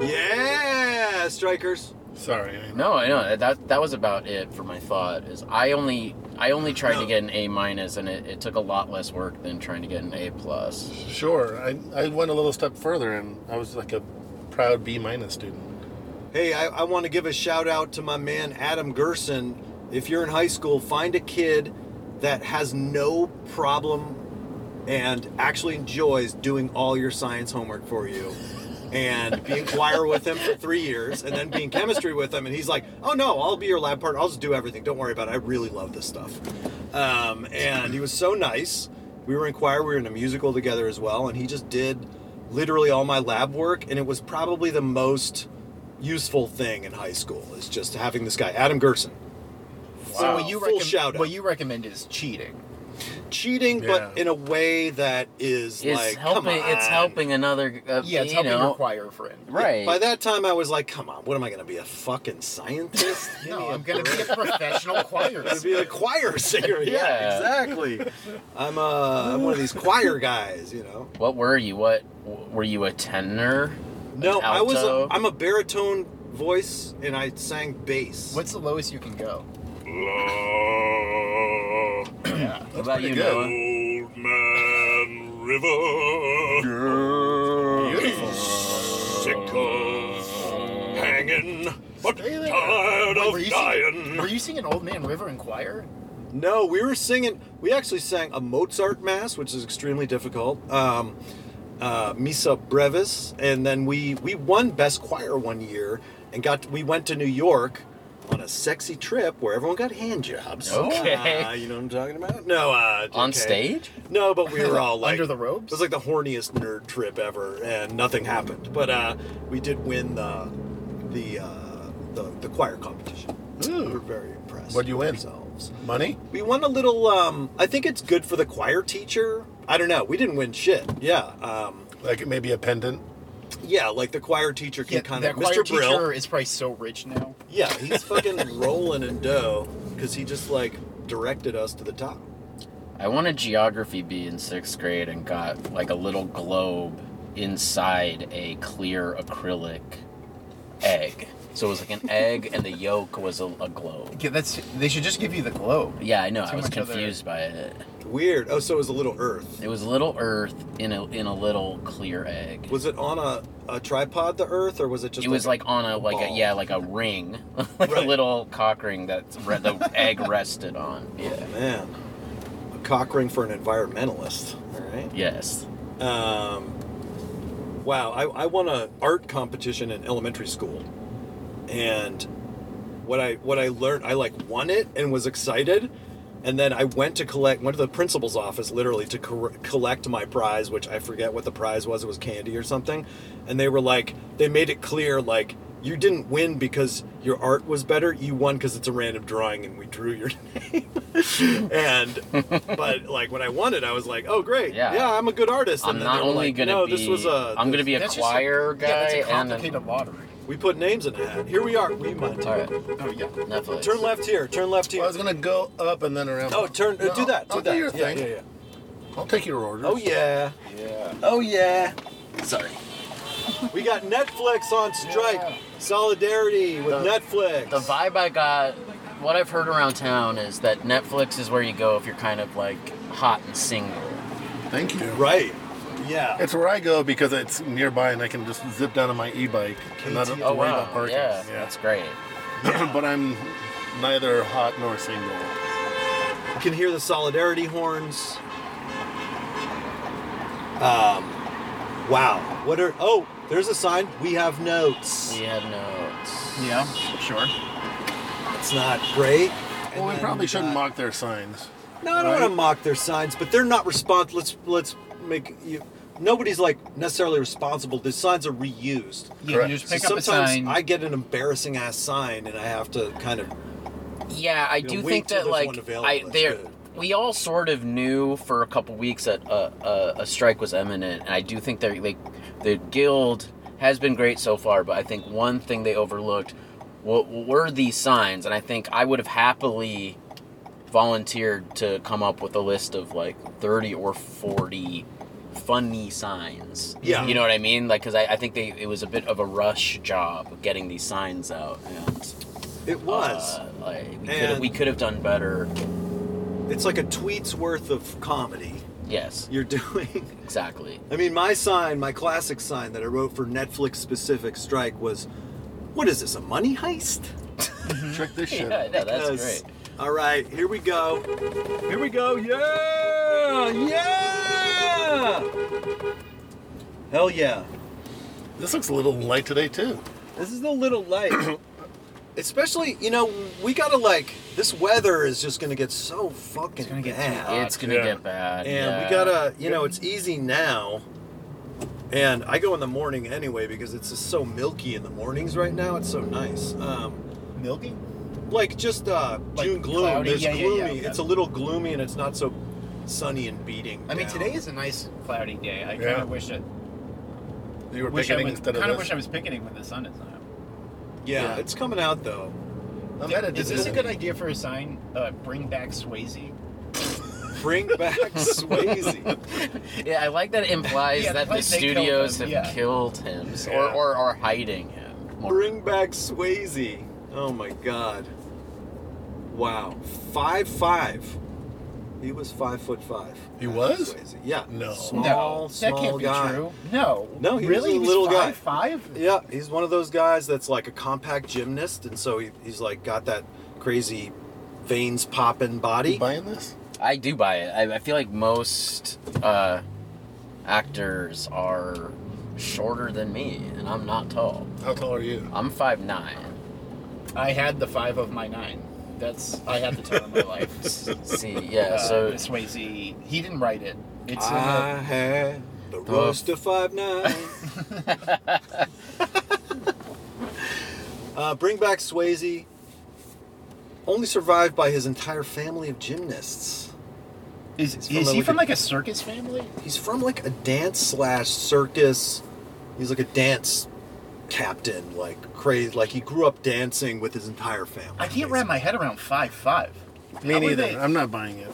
Yeah, strikers. Sorry. I- no I know that that was about it for my thought is I only I only tried to get an A minus and it, it took a lot less work than trying to get an A plus. Sure. I, I went a little step further and I was like a proud B minus student. Hey, I, I want to give a shout out to my man Adam Gerson. If you're in high school, find a kid that has no problem and actually enjoys doing all your science homework for you. And be in choir with him for three years and then be in chemistry with him. And he's like, oh no, I'll be your lab partner. I'll just do everything. Don't worry about it. I really love this stuff. Um, and he was so nice. We were in choir, we were in a musical together as well. And he just did literally all my lab work. And it was probably the most useful thing in high school is just having this guy, Adam Gerson. So what you Full recomm- shout out. what you recommend is cheating. Cheating, but Yeah. in a way that is, It's like helping Come on. it's helping another uh, Yeah, it's you helping know, your choir friend. right. By that time, I was like, "Come on, what am I going to be a fucking scientist?" Give me No, a I'm gonna break. be a professional choir I'm gonna be a singer. choir singer. Yeah, Yeah. exactly. I'm uh, I'm one of these choir guys, you know. What were you? What were you a tenor? No, I was. A, alto? I'm a baritone voice, and I sang bass. What's the lowest you can go? Yeah. What about you, good. Old Man River, Beautiful. sickles hanging, but Stay there. tired Wait, of were you dying. Singing, were you singing Old Man River in choir? No, we were singing. We actually sang a Mozart mass, which is extremely difficult. Um, uh, Misa brevis, and then we we won best choir one year, and got we went to New York on a sexy trip where everyone got hand jobs. Okay. Uh, you know what I'm talking about? No, uh, On okay. stage? No, but we were all like Under the ropes? It was like the horniest nerd trip ever, and nothing happened. But uh, we did win the the uh, the, the choir competition. We were Ooh. very impressed. What'd you with win? Ourselves. Money? We won a little. Um, I think it's good for the choir teacher. I don't know. We didn't win shit. Yeah. Um, Like maybe a pendant? yeah, like the choir teacher can kind that of choir Mr. Brill. teacher is probably so rich now. Yeah, he's fucking rolling in dough because he just like directed us to the top. I won a geography B in sixth grade and got like a little globe inside a clear acrylic egg. So it was like an egg, and the yolk was a, a globe. Okay, that's they should just give you the globe. Yeah, I know. I Too was much other- confused by it. Weird. Oh, so it was a little Earth. It was a little Earth in a in a little clear egg. Was it on a, a tripod, the Earth, or was it just? It was a- like on a like a ball. yeah like a ring, like Right. a little cock ring that re- the egg rested on. Yeah. man, a cock ring for an environmentalist. All right. Yes. Um, wow, I, I won a art competition in elementary school, and what I what I learned, I like won it and was excited, and then I went to collect went to the principal's office literally to cor- collect my prize, which I forget what the prize was. It was candy or something, and they were like, they made it clear like. You didn't win because your art was better. You won because it's a random drawing and we drew your name. and, but like when I won it, I was like, oh, great. Yeah. yeah I'm a good artist. I'm And then not they were only like, gonna no, be. this was a. I'm gonna be a That's just choir Yeah, that's guy a and a- complicated lottery. We put names in the hat. Here we are. We might. All right, Oh yeah. Netflix. Turn left here. Turn left here. I was gonna go up and then around. oh, turn. uh, No, do that. Do I'll that. your yeah, thing. yeah, yeah. I'll take your orders. Oh yeah. Yeah. Oh yeah. Sorry. We got Netflix on strike. Yeah. Solidarity with The- Netflix. The vibe I got, what I've heard around town is that Netflix is where you go if you're kind of like hot and single. Thank you. Right. Yeah. It's where I go because it's nearby and I can just zip down on my e-bike and I don't have to Oh worry wow, about parking. yeah, that's great. but I'm neither hot nor single. You can hear the solidarity horns. Um, wow. What are? Oh, there's a sign. We have notes. We had notes. Yeah. Sure. It's not great. And Well, we then probably shouldn't got- mock their signs. No, I don't right? want to mock their signs, but they're not respons. Let's let's make you. Nobody's like necessarily responsible. The signs are reused. You Correct. can just So pick up a sometimes sign. I get an embarrassing ass sign, and I have to kind of Yeah, I know, do wait think till that there's like one available I that's there good. we all sort of knew for a couple weeks that uh, uh, a strike was imminent, and I do think that like the guild has been great so far, but I think one thing they overlooked wa- were these signs, and I think I would have happily volunteered to come up with a list of like 30 or 40 funny signs Yeah. you know what i mean like because I, I think they it was a bit of a rush job getting these signs out and It Ah. was. uh, like, And- we, could, we could have done better. it's like a tweet's worth of comedy Yes, you're doing. exactly. I mean, my sign, my classic sign that I wrote for Netflix specific strike was, "What is this? A money heist?" Check this shit. Yeah, out. no, that's Because- great. All right, here we go. Here we go. Yeah, yeah. Hell yeah. This looks a little light today too. This is a little light. Especially, you know, we gotta like this weather is just gonna get so fucking gonna get too bad. hot. it's gonna yeah. get bad. and yeah. we gotta you know it's easy now and i go in the morning anyway because it's just so milky in the mornings right now it's so nice um, milky. like just uh, Like june gloom cloudy? there's Yeah, yeah, gloomy yeah, okay. it's a little gloomy and it's not so sunny and beating I mean, down. today is a nice cloudy day. I Yeah. kind of wish it. You were Wish I picketing was, instead kind of of this. wish I was picketing when the sun is not out. yeah, yeah. it's coming out though I'm at a Is this a disadvantage. good idea for a sign? Uh, bring back Swayze. bring back swayze Yeah, I like that it implies Yeah, that the like they killed studios him, have yeah. killed him so- Yeah. or, or are hiding him. More- bring back swayze oh my god wow five five he was five foot five He was? Swayze. yeah No. small that small can't be guy true. No, No, he was really, a little five, guy. Five. Yeah, he's one of those guys that's like a compact gymnast, and so he, he's like got that crazy veins popping body. You buying this? I do buy it. I, I feel like most uh, actors are shorter than me, and I'm not tall. How tall are you? I'm five nine. I had the five of my nine. That's I had the time of my life. See, yeah. Uh, So Swayze, he didn't write it. It's uh, in I the, had the roast of five nine. uh, bring back Swayze. Only survived by his entire family of gymnasts. is from is a- he from like a circus family? He's from like a dance slash circus. He's like a dance captain, like crazy. Like he grew up dancing with his entire family. I can't wrap my head around five five. Me How are neither. they- I'm not buying it.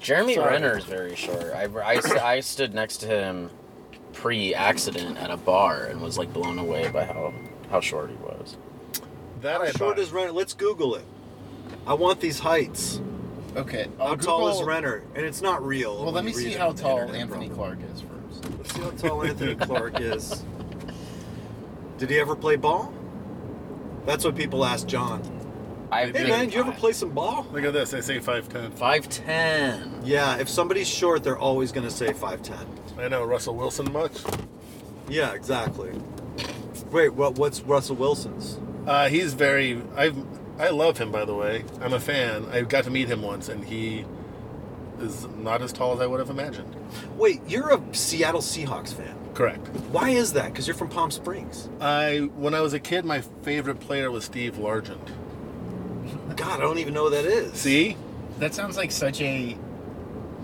Jeremy Sorry. Renner is very short. I, I, I stood next to him pre accident at a bar and was like blown away by how, how short he was. That How I short buy. is Renner? Let's Google it. I want these heights. Okay, How I'll tall is Google- Renner? And it's not real. Well, when let me you read see it how on the tall internet, Anthony bro. Clark is first. Let's see how tall Anthony Clark is. Did he ever play ball? That's what people ask John. I've Hey man, do you ever play some ball? Look at this. They say five ten. 5'10. Yeah, if somebody's short, they're always gonna say five ten. I know Russell Wilson much. Yeah, exactly. Wait, what? What's Russell Wilson's? Uh, he's very. I I love him by the way. I'm a fan. I got to meet him once, and he is not as tall as I would have imagined. Wait, you're a Seattle Seahawks fan. Correct. Why is that? Because you're from Palm Springs. I when I was a kid, my favorite player was Steve Largent. God, I don't even know who that is. See, That sounds like such a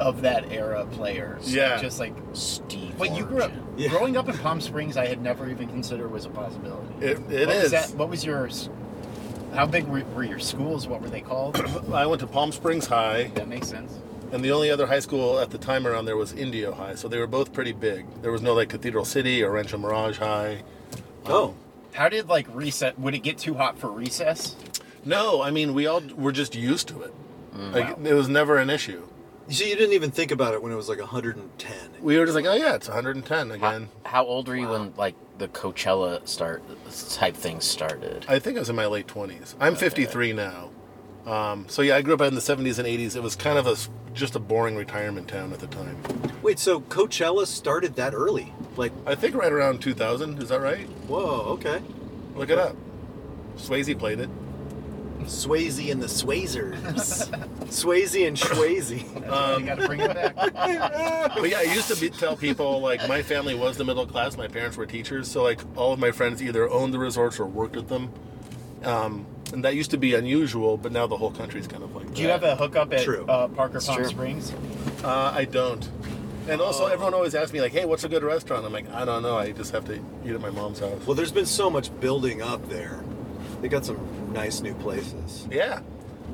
of that era player. Yeah. Just like Steve. wait, you grew up. Largent. Yeah. Growing up in Palm Springs, I had never even considered was a possibility. It, it What was is. that- what was yours? How big were, were your schools? What were they called? I went to Palm Springs High, that makes sense. and the only other high school at the time around there was Indio High, so they were both pretty big. There was no like Cathedral City or Rancho Mirage High. Oh, How did like reset? Would it get too hot for recess? No, I mean we all were just used to it. Like Wow. it was never an issue. you see, you didn't even think about it when it was like 110. We were just like, oh yeah, it's 110 again. How old were you when like the Coachella start type things started? I think I was in my late 20s. I'm 53 now. Um, so yeah, I grew up in the 70s and 80s. It was kind of a s- just a boring retirement town at the time. Wait, so Coachella started that early? Like, I think right around 2000. Is that right? whoa, okay. Look it up. Swayze played it. Swayze and the Swayzers. Swayze and Swayze. you got to bring it back. But yeah, I used to be, tell people like my family was the middle class. My parents were teachers, so like all of my friends either owned the resorts or worked at them, um, and that used to be unusual. But now the whole country's kind of like that. Do you have a hookup at True. uh, Parker Palm true. Springs? Uh, I don't. And Oh. also, everyone always asks me like, "Hey, what's a good restaurant?" I'm like, "I don't know. I just have to eat at my mom's house." Well, there's been so much building up there. They got some nice new places. Yeah,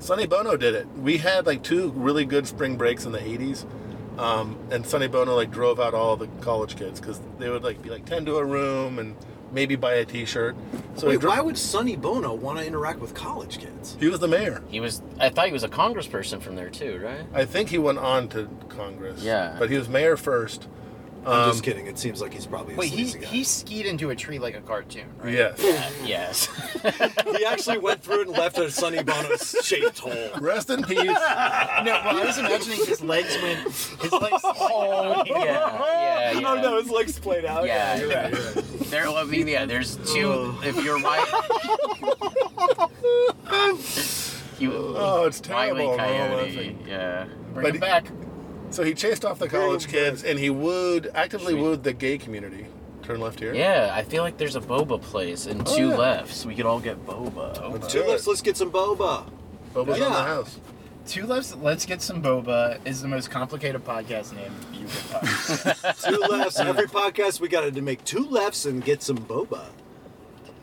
Sonny Bono did it. We had like two really good spring breaks in the '80s, um, and Sonny Bono like drove out all the college kids because they would like be like ten to a room and maybe buy a T-shirt. So he, Wait, dro- why would Sonny Bono want to interact with college kids? he was the mayor. He was. I thought he was a congressperson from there too, right? I think he went on to Congress. Yeah. but he was mayor first. I'm just kidding. It seems like Um, he's probably a Wait, he, sleazy guy. he skied into a tree like a cartoon, right? Um, Yes. Yes. He actually went through and left a Sonny Bono shaped hole. Rest in peace. No, well, I was imagining his legs went. His legs. yeah. Yeah. yeah. Oh no, his legs played out. Yeah, you're right. You're right. There, well, I mean, yeah, there's two. Oh. If you're Wyatt, you, Oh, it's terrible. Wiley Roland. Coyote, yeah. Bring But- him back. So he chased off the college kids, and he wooed actively wooed the gay community. Turn left here. yeah. I feel like there's a boba place and two yeah. lefts. We could all get boba. Let's Two do lifts, it. let's get some boba. Boba's on the Yeah. house. Two lefts. Let's get some boba. Is the most complicated podcast name you could find. Two lefts. Every podcast we got to make two lefts and get some boba.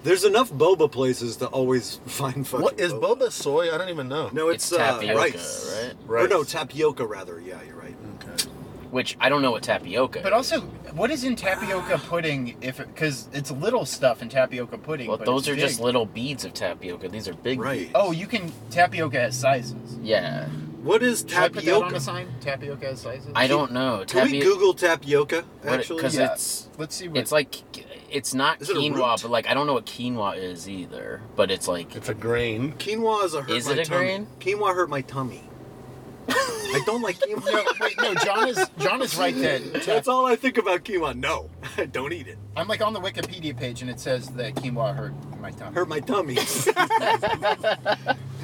There's enough boba places to always find fucking. What is boba soy? I don't even know. No, it's, It's tapioca, uh, rice. right? Or no, Rice. tapioca rather. Yeah, you're right. Okay. Which I don't know what tapioca. but also, what is in tapioca pudding? If because it's little stuff in tapioca pudding. well, but those it's are just big. little beads of tapioca. These are big. Right. beads. Oh, you can tapioca has sizes. Yeah. What is Should I put that on tapioca? a sign? Tapioca has sizes. I don't know. Can we Google tapioca? what it- Actually, 'cause Yeah. it's Let's see what it's like it's not Is it a quinoa, root? but like I don't know what quinoa is either. But it's like It's a grain. quinoa is a hurt Is my it a tummy. grain? Quinoa hurt my tummy. I don't like No, quinoa. wait, no. John is John is right that That's all I think about quinoa. No, I don't eat it. I'm like on the Wikipedia page and it says that quinoa hurt my tongue. Hurt my tummy.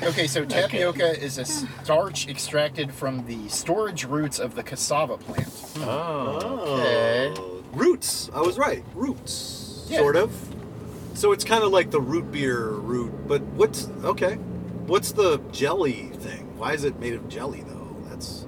Okay, so tapioca is a starch extracted from the storage roots of the cassava plant. oh, okay. Roots. I was right. Roots. Yeah. Sort of. So it's kind of like the root beer root, but what's okay? What's the jelly thing? Why is it made of jelly though? That's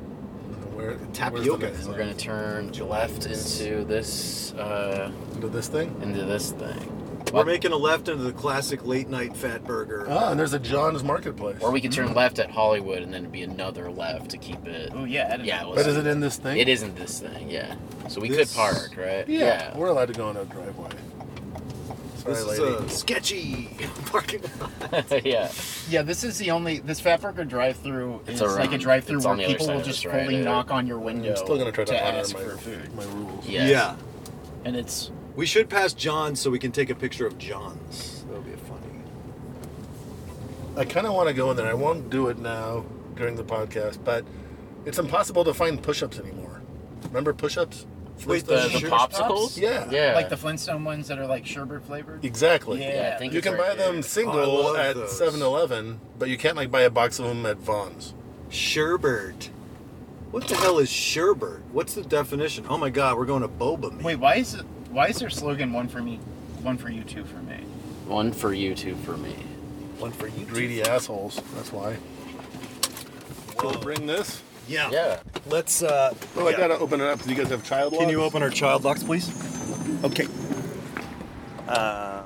Where, Tapioca. where's the We're next gonna turn left into this uh, one? Into this thing. into this thing, we're making a left into the classic late night fat burger. Ah, and there's a John's Marketplace. or we could turn left at Hollywood and then it'd be another left to keep it. Oh yeah, I didn't Yeah, know. well, but is it in this thing? It isn't this thing. Yeah, so we This- could park, right? Yeah, We're allowed to go on a driveway. Sorry, this is lady. a sketchy parking lot. Yeah. yeah. yeah. This is the only this Fat Burger drive-through It's is around- like a drive-through it's where on the other people side will of just this, right? fully knock on your window. I'm still gonna try to, honor ask my, for food. my rules. Yeah. And it's We should pass John's so we can take a picture of John's. That would be funny. I kind of want to go in there. I won't do it now during the podcast, but it's impossible to find push-ups anymore. Remember push-ups? Wait, The, the, the sugar- popsicles. Yeah. Yeah. like the Flintstone ones that are like sherbet flavored. Exactly. Yeah. yeah I think You it's can right buy them there. Oh, I single love at those. 7-Eleven, but you can't like buy a box of them at Vaughn's. sherbert. What the hell is sherbert? What's the definition? Oh my god, we're going to boba. Man. Wait, why is it? Why is their slogan one for me, one for you, two for me? One for you, two for me. one for you. Greedy assholes. That's why. We'll bring this. Yeah. Yeah. Let's. uh Oh, I gotta Oh, open it up. Do you guys have child Can you open our child locks, please? Okay. Uh,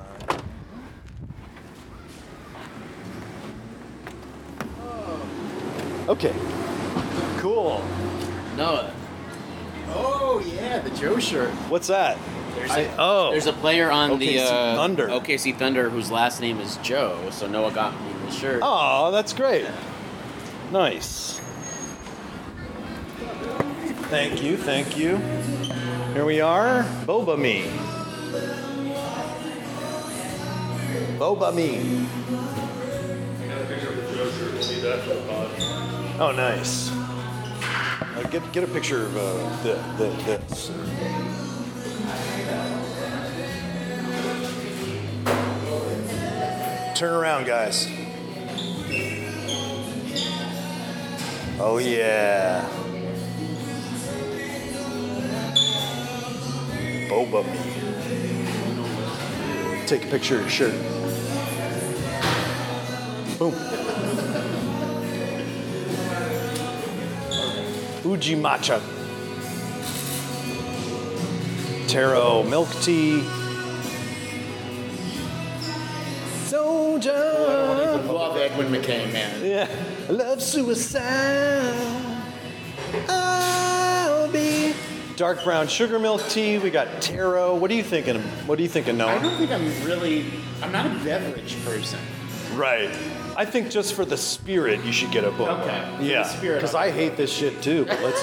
okay. Cool. Noah, Oh yeah, the Joe shirt. What's that? there's I- a, oh. there's a player on the OKC uh, Thunder. OKC Thunder whose last name is Joe, so Noah got me the shirt. Oh, that's great. Nice. Thank you, thank you. Here we are, Boba Me. Boba Me. Oh, nice. Uh, get, get a picture of uh, the, the, this. Turn around, guys. Oh yeah. Boba me. Take a picture of your shirt. Boom. Uji matcha. Taro milk tea. Soldier. Love Edwin McCain, man. Yeah. I love suicide. I'll be. Dark brown sugar milk tea. We got taro. What are you thinking? What are you thinking, I Noah? don't think I'm really. I'm not a beverage person. Right. I think just for the spirit, you should get a book. Okay. For the Yeah. spirit, Because I hate this shit too. But let's.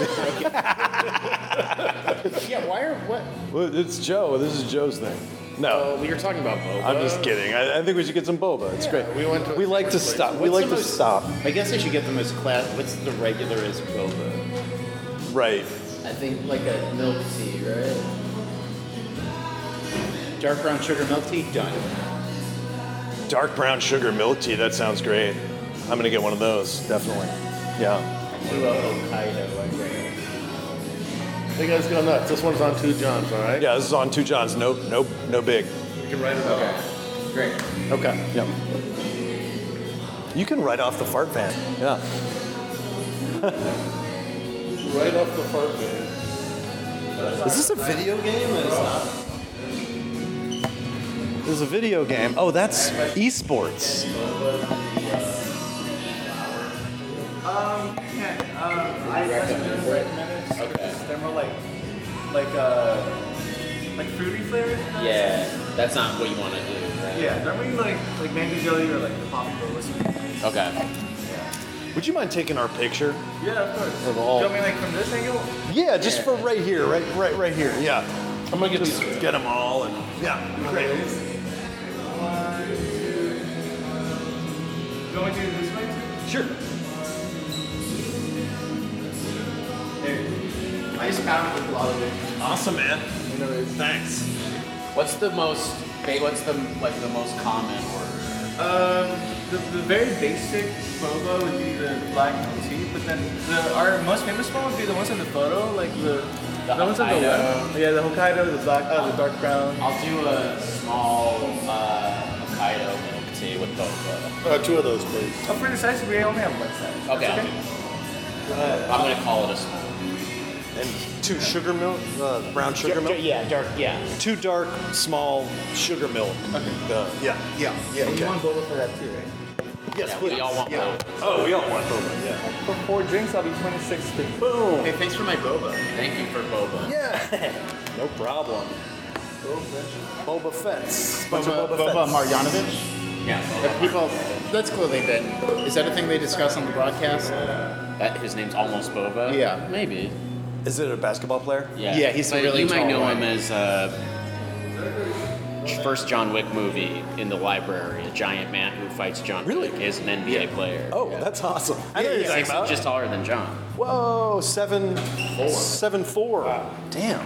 Yeah, why are what? Well, it's Joe. This is Joe's thing. No. Oh, we were talking about boba. I'm just kidding. I, I think we should get some boba. It's Yeah, great. we went to- We like to stop. we What's like the to most- stop. I guess I should get them as class. What's the regular as boba? Right. I think like a milk tea, right? Dark brown sugar milk tea. Done. Dark brown sugar milk tea. That sounds great. I'm gonna get one of those. Definitely. Yeah. What about Hokkaido? I guess? Hey guys, go nuts. This one's on two Johns, all right? Yeah, this is on two Johns. No, no, no big. You can write it up. Great. Okay. Yep. You can write off the fart van. Yeah. Right off the fart bin. Is this a video game? Or is not? There's a video game. Oh, that's esports. They're more like, like uh, like fruity flavors. Yeah, that's not what you want to do. Right? Yeah, normally like like mango jelly or like the popsicle whiskey. Okay. Would you mind taking our picture? Yeah, of course. Of all- Do you want me like from this angle? Yeah, just for right here, right, right, right here. Yeah. I'm gonna get just get them all and yeah, great. Do you want me to do this way too? Sure. I just found a lot of it. Awesome, man. Thanks. What's the most? ba- What's the like the most common word? Um, the, the very basic boba would be the black tea, but then the our most famous one would be the ones in the photo, like the. The ones on the Hokkaido. left. Yeah, the Hokkaido, the black, uh, the dark brown. I'll do a small uh, Hokkaido milk tea with boba. Uh, two of those, please. Oh, for the size, we only have one size. Okay. I'll do that. I'm gonna call it a small. And two sugar milk, uh, brown sugar milk. Yeah, dark. Yeah. Two dark, small sugar milk. Okay. yeah. Yeah, yeah, You want boba for that too, right? Yes, Yeah, please. we all want yeah. boba. Oh, we all want boba. Yeah. For four drinks, I'll be 26 fifty. Boom. Hey, thanks for my boba. Thank you for boba. Yeah. no problem. Boba Fett. Bunch Boba, of boba, Boba, Fetts. Marjanovic. Yeah. Have people, that's cool. They've been. Is that a thing they discuss on the broadcast? boba. That, his name's almost boba. Yeah. Maybe. Is it a basketball player? Yeah. Yeah, he's a But really You might tall know guy. him as uh, first John Wick movie in the library. A giant man who fights John. Really? Wick is an NBA player. Oh, that's awesome. I know Yeah, you're yeah, talking Six about. inches taller than John. Whoa, seven, seven four. Damn.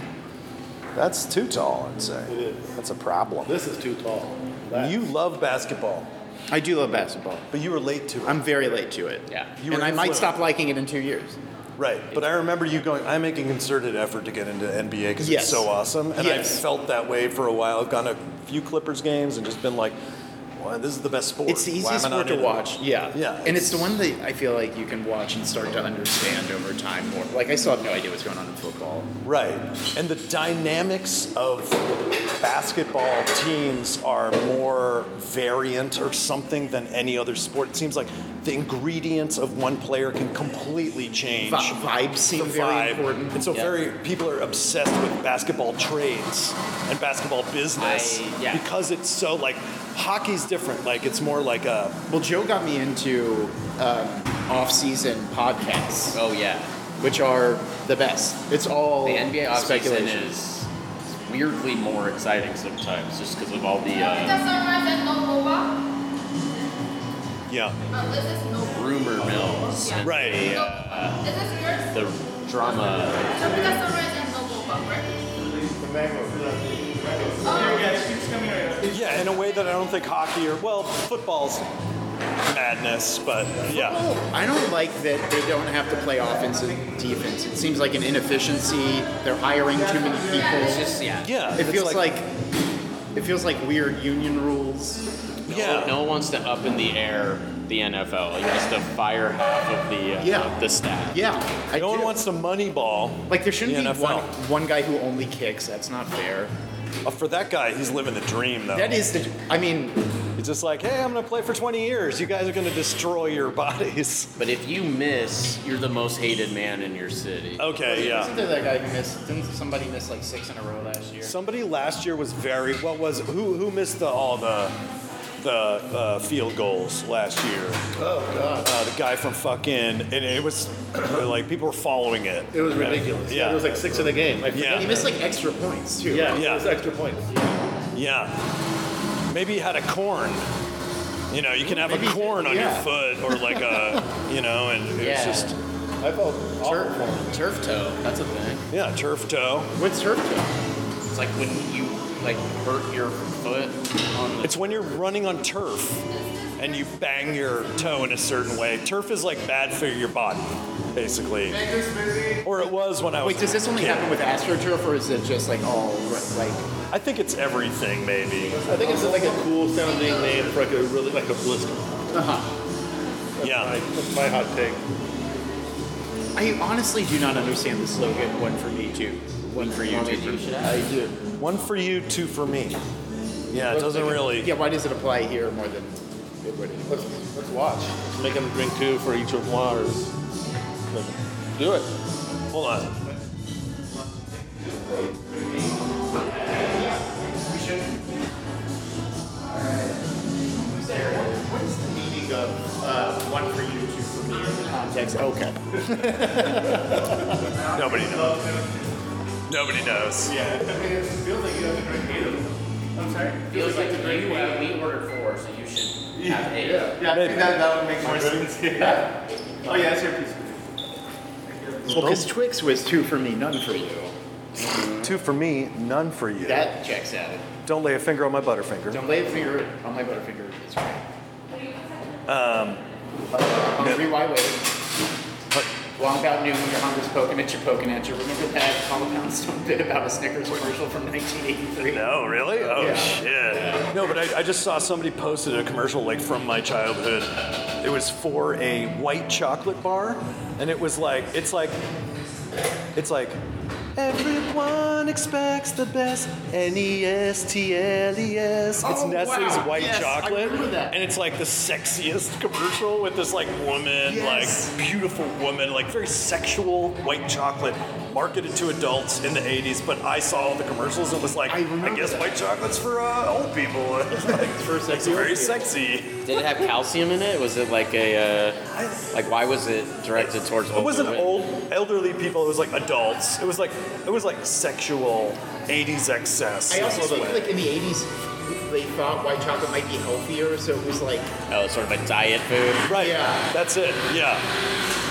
That's too tall, I'd say. It is. That's a problem. This is too tall. You love basketball, I do love basketball. but you were late to it. I'm very late to it. Yeah. You and were I might influenced. stop liking it in two years. Right, but I remember you going. I make a concerted effort to get into NBA because Yes. it's so awesome, and I've Yes. felt that way for a while. I've gone to a few Clippers games and just been like, Why, this is the best sport. It's the Why am I easiest not sport to in it?" watch. Yeah. Yeah, And it's the one that I feel like you can watch and start to understand over time more. Like I still have no idea what's going on in football. Right. And the dynamics of basketball teams are more variant or something than any other sport. It seems like the ingredients of one player can completely change. Vi- vibes seem the very vibe. important. And so Yeah. very people are obsessed with basketball trades and basketball business I- yeah. because it's so like hockey's different. Like it's more like a Well, Joe got me into um, off-season podcasts, Oh yeah, which are the best. It's all the NBA offseason speculation. is weirdly more exciting sometimes, just because of all the uh, Uh, yeah. this is no rumor mills, and Right. the, No, uh, This is yours. the drama. So put that sunrise and no boba, right? Yeah, in a way that I don't think hockey or well, football's madness, but yeah. Oh, I don't like that they don't have to play offense and defense. It seems like an inefficiency. They're hiring too many people. It's just yeah. Yeah, it it's feels like, it feels like weird union rules. No, Yeah. no one wants to up in the air the NFL. You just to fire half of the uh, Yeah. the staff. Yeah, I no one do. wants the money ball. Like there shouldn't The be NFL. one, one guy who only kicks. That's not fair. Uh, for that guy, he's living the dream though. That is the. I mean, he's just like, hey, I'm gonna play for 20 years. You guys are gonna destroy your bodies. But if you miss, you're the most hated man in your city. isn't Okay, yeah. there that guy who missed? Didn't somebody miss like six in a row last year? Somebody last year was very. What was who? Who missed the all the the uh, field goals last year? Oh god, Uh, the guy from fucking and it was like people were following it. it was ridiculous. Yeah. it was like six in a game. I forget. Yeah. he missed like extra points too. Yeah, Yeah. it was extra points. Yeah. Maybe you had a corn. You know, you can have Maybe- a corn on yeah. your foot or like a, you know, and it's Yeah. just, I felt awful for him. Turf, turf toe. That's a thing. yeah, turf toe. What's turf toe? It's like when you like hurt your foot on the It's when you're running on turf and you bang your toe in a certain way. Turf is like bad for your body, basically. Or it was when I was. Wait, does this only Yeah. happen with astroturf, or is it just like all like? I think it's everything, maybe. I think it's like a cool sounding name for like a really like a blister. Uh-huh. Yeah. Like, that's my hot take. I honestly do not understand the slogan. One for me, two. One for you, two. for me." I do. One for you, two for me. Yeah, it doesn't really. Yeah, why does it apply here more than it would? anywhere? Let's let's watch. Make them drink two for each of one. Or, do it. Hold on. What's the meaning of uh, one for you, two for me in the context? Okay. Nobody knows. Nobody knows. feels like you have we ordered four, so you should have eight. Yeah, I think that, that would make more sense. Yeah. Oh yeah, that's your piece. Well, because Twix was two for me, none for you. Two for me, none for you. That checks out. Don't lay a finger on my butterfinger. Don't lay a finger on my butterfinger. It's right. Um. Hungry, why wait? Long about noon, your hunger's poking at you, poking at you. Remember that Paula Poundstone did about a Snickers commercial from 1983? No, really? Oh Yeah. shit. No, but I, I just saw somebody posted a commercial like from my childhood. It was for a white chocolate bar, and it was like it's like it's like everyone expects the best N E S T L E S. It's Oh, Nestle's wow. white Yes, I chocolate, remember that. and it's like the sexiest commercial with this like woman, Yes. like beautiful woman, like very sexual white chocolate. Marketed to adults in the 80s, but I saw all the commercials and was like, I remember guess that. white chocolate's for uh, old people. It's like, For sexy it's very old people. sexy. Did it have calcium in it? Was it like a uh, I- like why was it directed towards? It wasn't women? old, elderly people. It was like adults. It was like it was like sexual 80s excess. I also That's feel what- like in the 80s, they thought white chocolate might be healthier, so it was like, Oh, sort of a diet food. right. yeah. That's it. Yeah.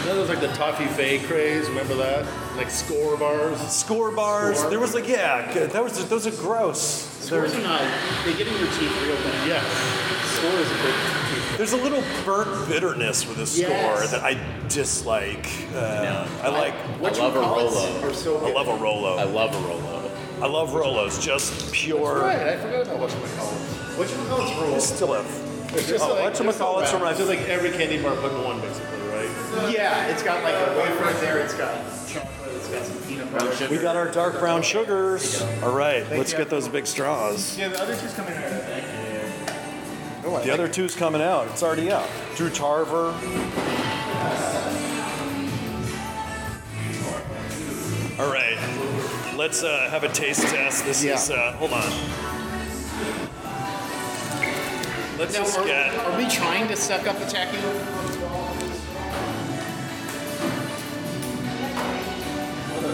You know, there was like the toffee fay craze. Remember that? Like score bars. Score bars. Score. There was like yeah. good. That was those are gross. They're- scores are not, they get in your teeth real bad. Yeah. Score is a big There's a little burnt bitterness with a score Yes. that I dislike. Uh, I like. What I love you a call Rolo. Are so I good. love a I Rolo. love a Rolo. I love Rolos. Just pure. Right. I forgot I watched my college. What you call it's It's rules? still a. It's just Oh, like, whatchamacallits from my- it's just like every candy bar put in one, basically, right? Yeah, it's got like a wafer there. It's got chocolate. It's got some peanut butter. We got our dark brown sugars. All right, let's get those big straws. Yeah, the other two's coming out. The other two's coming out. It's already out. Drew Tarver. All right, let's uh, have a taste test. This Yeah. is. Uh, hold on. Let's Now, just are, get. are we trying to suck up attacking?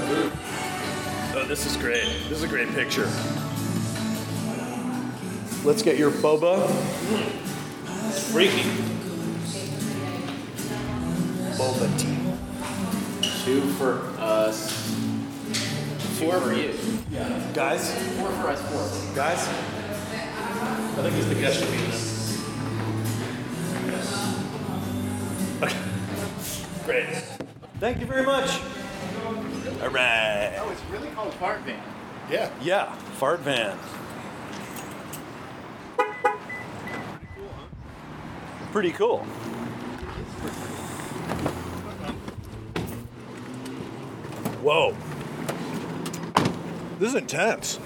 Oh, this is great. This is a great picture. Let's get your boba. Freaky. Boba tea. Two for us. Four for you. Guys, Four for us. Four. guys, I think it's the guest should be in this. great. Thank you very much. All right. Oh, it's really called fart van. Yeah. Yeah, fart van. Pretty cool. Whoa. This is intense.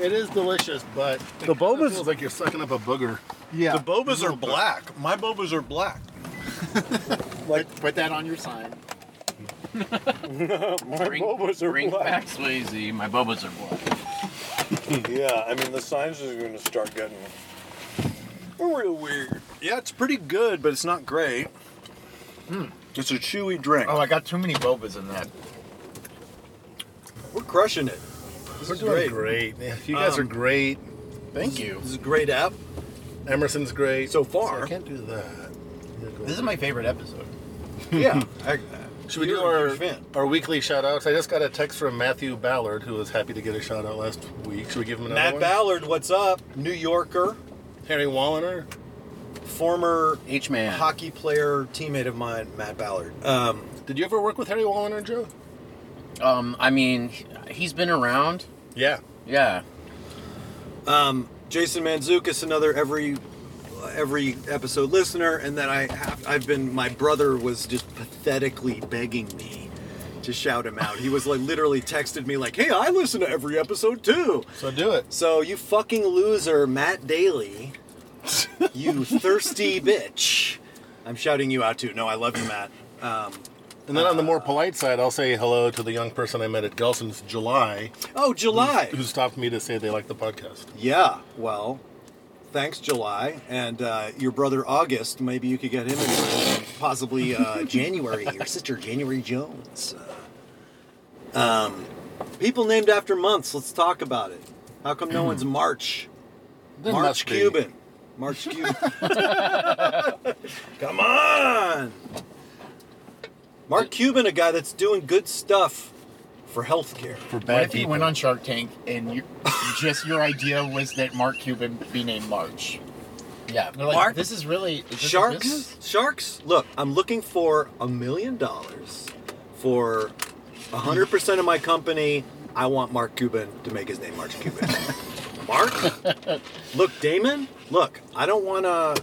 It is delicious, but the boba's- feels like you're sucking up a booger. Yeah. The bobas are black. My bobas are black. Like, put, that on your sign. My bobas are Bring black. back Swayze. My bobas are black. Yeah, I mean the signs are going to start getting real weird. Yeah, it's pretty good, but it's not great. Hmm. It's a chewy drink. Oh, Oh, I got too many bobas in that. We're crushing it. This We're is great. doing great. Yeah, you guys are great. Thank you. This is a great app Emerson's great. so far. I can't do that. This is my favorite episode. yeah. I, Should we You're do a our huge fan. our weekly shout outs? I just got a text from Matthew Ballard who was happy to get a shout out last week. Should we give him another Matt one? Ballard, what's up? New Yorker, Harry Walliner. former H man. hockey player, teammate of mine, Matt Ballard. Um, Did you ever work with Harry Walliner, Joe? Um, I mean, he- he's been around. Yeah. Yeah. Um, Jason Manzukis, another every every episode listener, and then I have, I've been my brother was just pathetically begging me to shout him out. He was like literally texted me like, "Hey, I listen to every episode too." So do it. So you fucking loser, Matt Daly, you thirsty bitch. I'm shouting you out too. No, I love you, Matt. Um, And then on the more polite side, I'll say hello to the young person I met at Gelson's July oh, July. who stopped me to say they like the podcast. Yeah, well, thanks, July. And uh, your brother August, maybe you could get him in possibly uh, January, your sister January Jones. Uh, um, people named after months, let's talk about it. How come no one's March? There March must be. Cuban. March Cuban. come on! Mark Cuban, a guy that's doing good stuff for healthcare. For What bad if he people. went on Shark Tank and you, just your idea was that Mark Cuban be named March? Yeah. They're like, Mark- This is really is this a business? Sharks, sharks. Look, I'm looking for a million dollars for 100% of my company. I want Mark Cuban to make his name Mark Cuban. Mark, look, Damon. Look, I don't want to.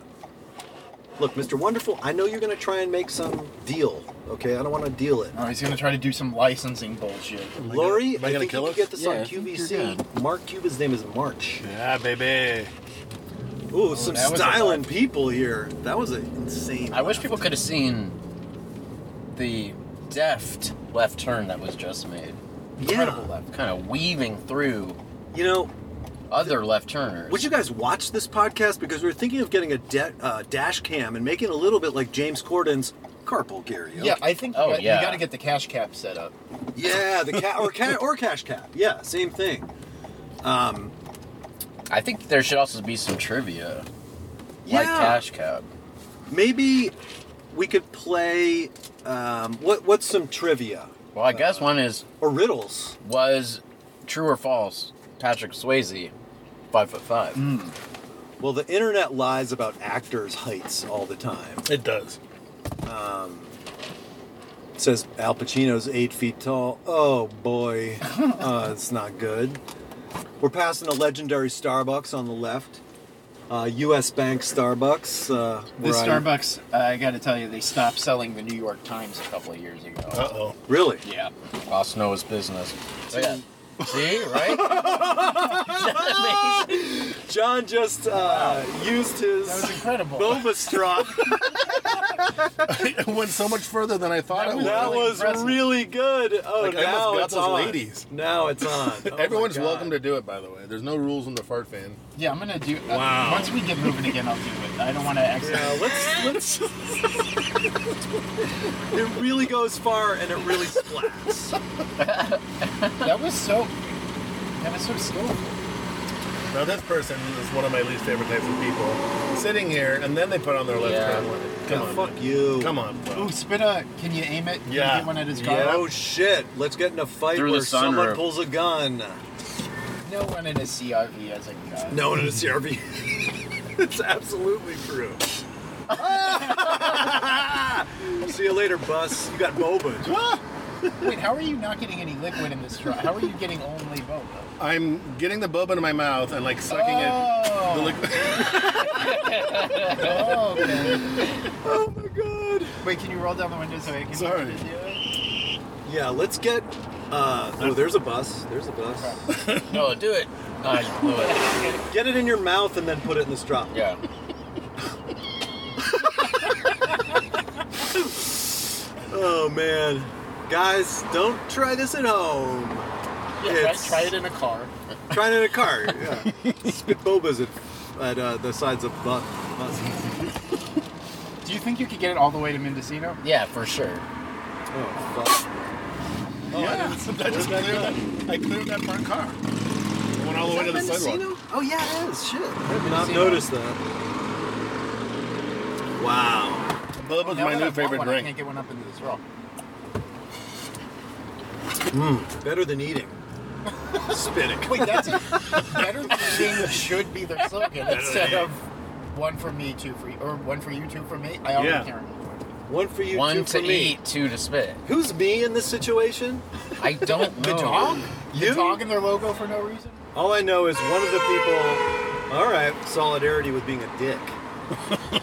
Look, Mr. Wonderful. I know you're gonna try and make some deal. Okay, I don't want to deal it. Oh, he's gonna try to do some licensing bullshit. I Lori, gonna- am I I, gonna think kill you us? can get this Yeah, on I think you're QVC. Mark Cuban's name is March. Yeah, baby. Ooh, some Oh, that was a styling lot. people here. That was an insane. I wish people could have seen the deft left turn that was just made. Incredible Yeah, left, kind of weaving through you know, other left turners. Would you guys watch this podcast? Because we were thinking of getting a de- uh, dash cam and making it a little bit like James Corden's carpool karaoke. Yeah, I think Oh, you, got, yeah. you gotta get the cash cap set up. yeah, the cat or cat or cash cap. Yeah, same thing. Um, I think there should also be some trivia, yeah, like cash cab. maybe we could play. Um, what what's some trivia Well, I guess uh. one is or riddles? was true or false. Patrick Swayze, five foot five. Mm. Well, the internet lies about actors' heights all the time. Um, It does. It says Al Pacino's eight feet tall. Oh boy, uh, it's not good. We're passing a legendary Starbucks on the left. Uh, U.S. Bank Starbucks. Uh, This where I- Starbucks, uh, I got to tell you, they stopped selling the New York Times a couple of years ago. Uh oh. Really? Yeah, lost Noah's business. So, yeah. See, right? John just uh, used That was his incredible. boba straw. it went so much further than I thought it would. that was impressive. really good. Oh, Like, I almost now got it's those on. ladies. Now it's on. Oh, my Everyone's God. welcome to do it, by the way. There's no rules in the fart fan. Yeah, I'm gonna do. uh, Wow. once we get moving again, I'll do it. I don't want to exit. Yeah, let's Uh, let's. it really goes far and it really splats. That was so. That was so skillful. Now this person is one of my least favorite types of people. Sitting here and then they put on their left Yeah. turn warning. Come on. Fuck you. Come on. Well, Ooh, Spitta, can you aim it? Can you Yeah. hit one at his car. Oh shit! Let's get in a fight Through the where someone sunroof. pulls a gun. No one in a CRV has a gun. No one in a CRV. it's absolutely true. See you later, bus. You got boba. Wait, how are you not getting any liquid in this truck? How are you getting only boba? I'm getting the boba in my mouth and like sucking it. The Oh, liquid. oh, okay. Oh my god. Wait, can you roll down the window so I can? Sorry. do it? Yeah, let's get. Uh, oh, there's a bus. There's a bus. No, do it. Ah, you blew it. Get it in your mouth and then put it in the straw. Yeah. Oh man, guys, don't try this at home. Yeah, try, It's- try it in a car. Try it in a car. Yeah. Spit bobas at, at uh, the sides of bu- buses. Do you think you could get it all the way to Mendocino? Yeah, for sure. Oh fuck. yeah. I just cleared that. I cleared that front car. It Went all the way to the sidewalk. Mendocino? Oh yeah, it is. Shit, I have not noticed that. Wow. Boba's Now my that I new want favorite one, I drink. can't get one up into this row. Better than eating. Spitting. Wait, that's it. Better than eating should be their slogan instead of one for me, two for you, or one for you, two for me. I already Yeah. can't remember. One for you, two One for to me. eat, two to spit. Who's me in this situation? I don't know. The dog? You? The dog in their logo for no reason? All I know is one of the people. All right, solidarity with being a dick.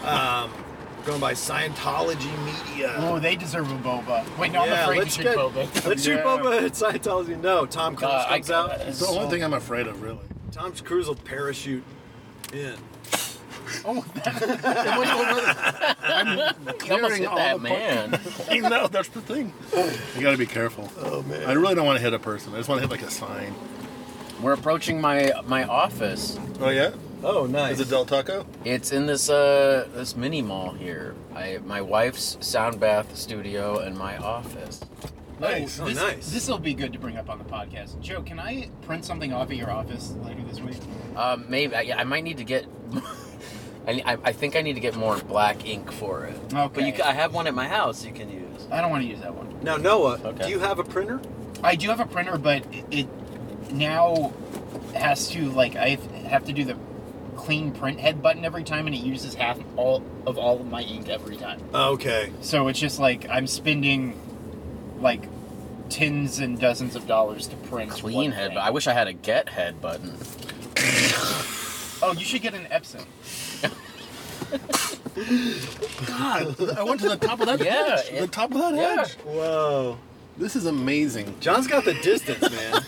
um, going by Scientology Media. Oh, they deserve a boba. Wait, no, I'm afraid to let's shoot get- boba. Let's shoot Yeah. Boba at Scientology. No, Tom Cruise Uh, I- comes out. It's the only thing I'm afraid of, really. Tom Cruise will parachute in. Oh, that, It went over. I'm You almost clearing hit all that the man. I know, that's the thing. You gotta be careful. Oh man. I really don't want to hit a person. I just want to hit like a sign. We're approaching my my office. Oh yeah? Oh, Is nice. it Del Taco? It's in this uh this mini mall here. I my wife's sound bath studio and my office. Nice. Oh, nice. This will be good to bring up on the podcast. Joe, can I print something off at your office later this week? Um, maybe I, I might need to get. I, I, I think I need to get more black ink for it. But you, Okay. ca- I have one at my house. You can use. I don't want to use that one. now, Noah, Okay. do you have a printer? I do have a printer, but it- it now has to like I have to do the clean print head button every time, and it uses half all of all of my ink every time. Okay. So it's just like I'm spending like tens and dozens of dollars to print Clean one head. thing. But I wish I had a get head button. oh, you should get an Epson. God, I went to the top of that Yeah, hedge. the it- top of that yeah. hedge. Whoa. This is amazing. John's got the distance, man.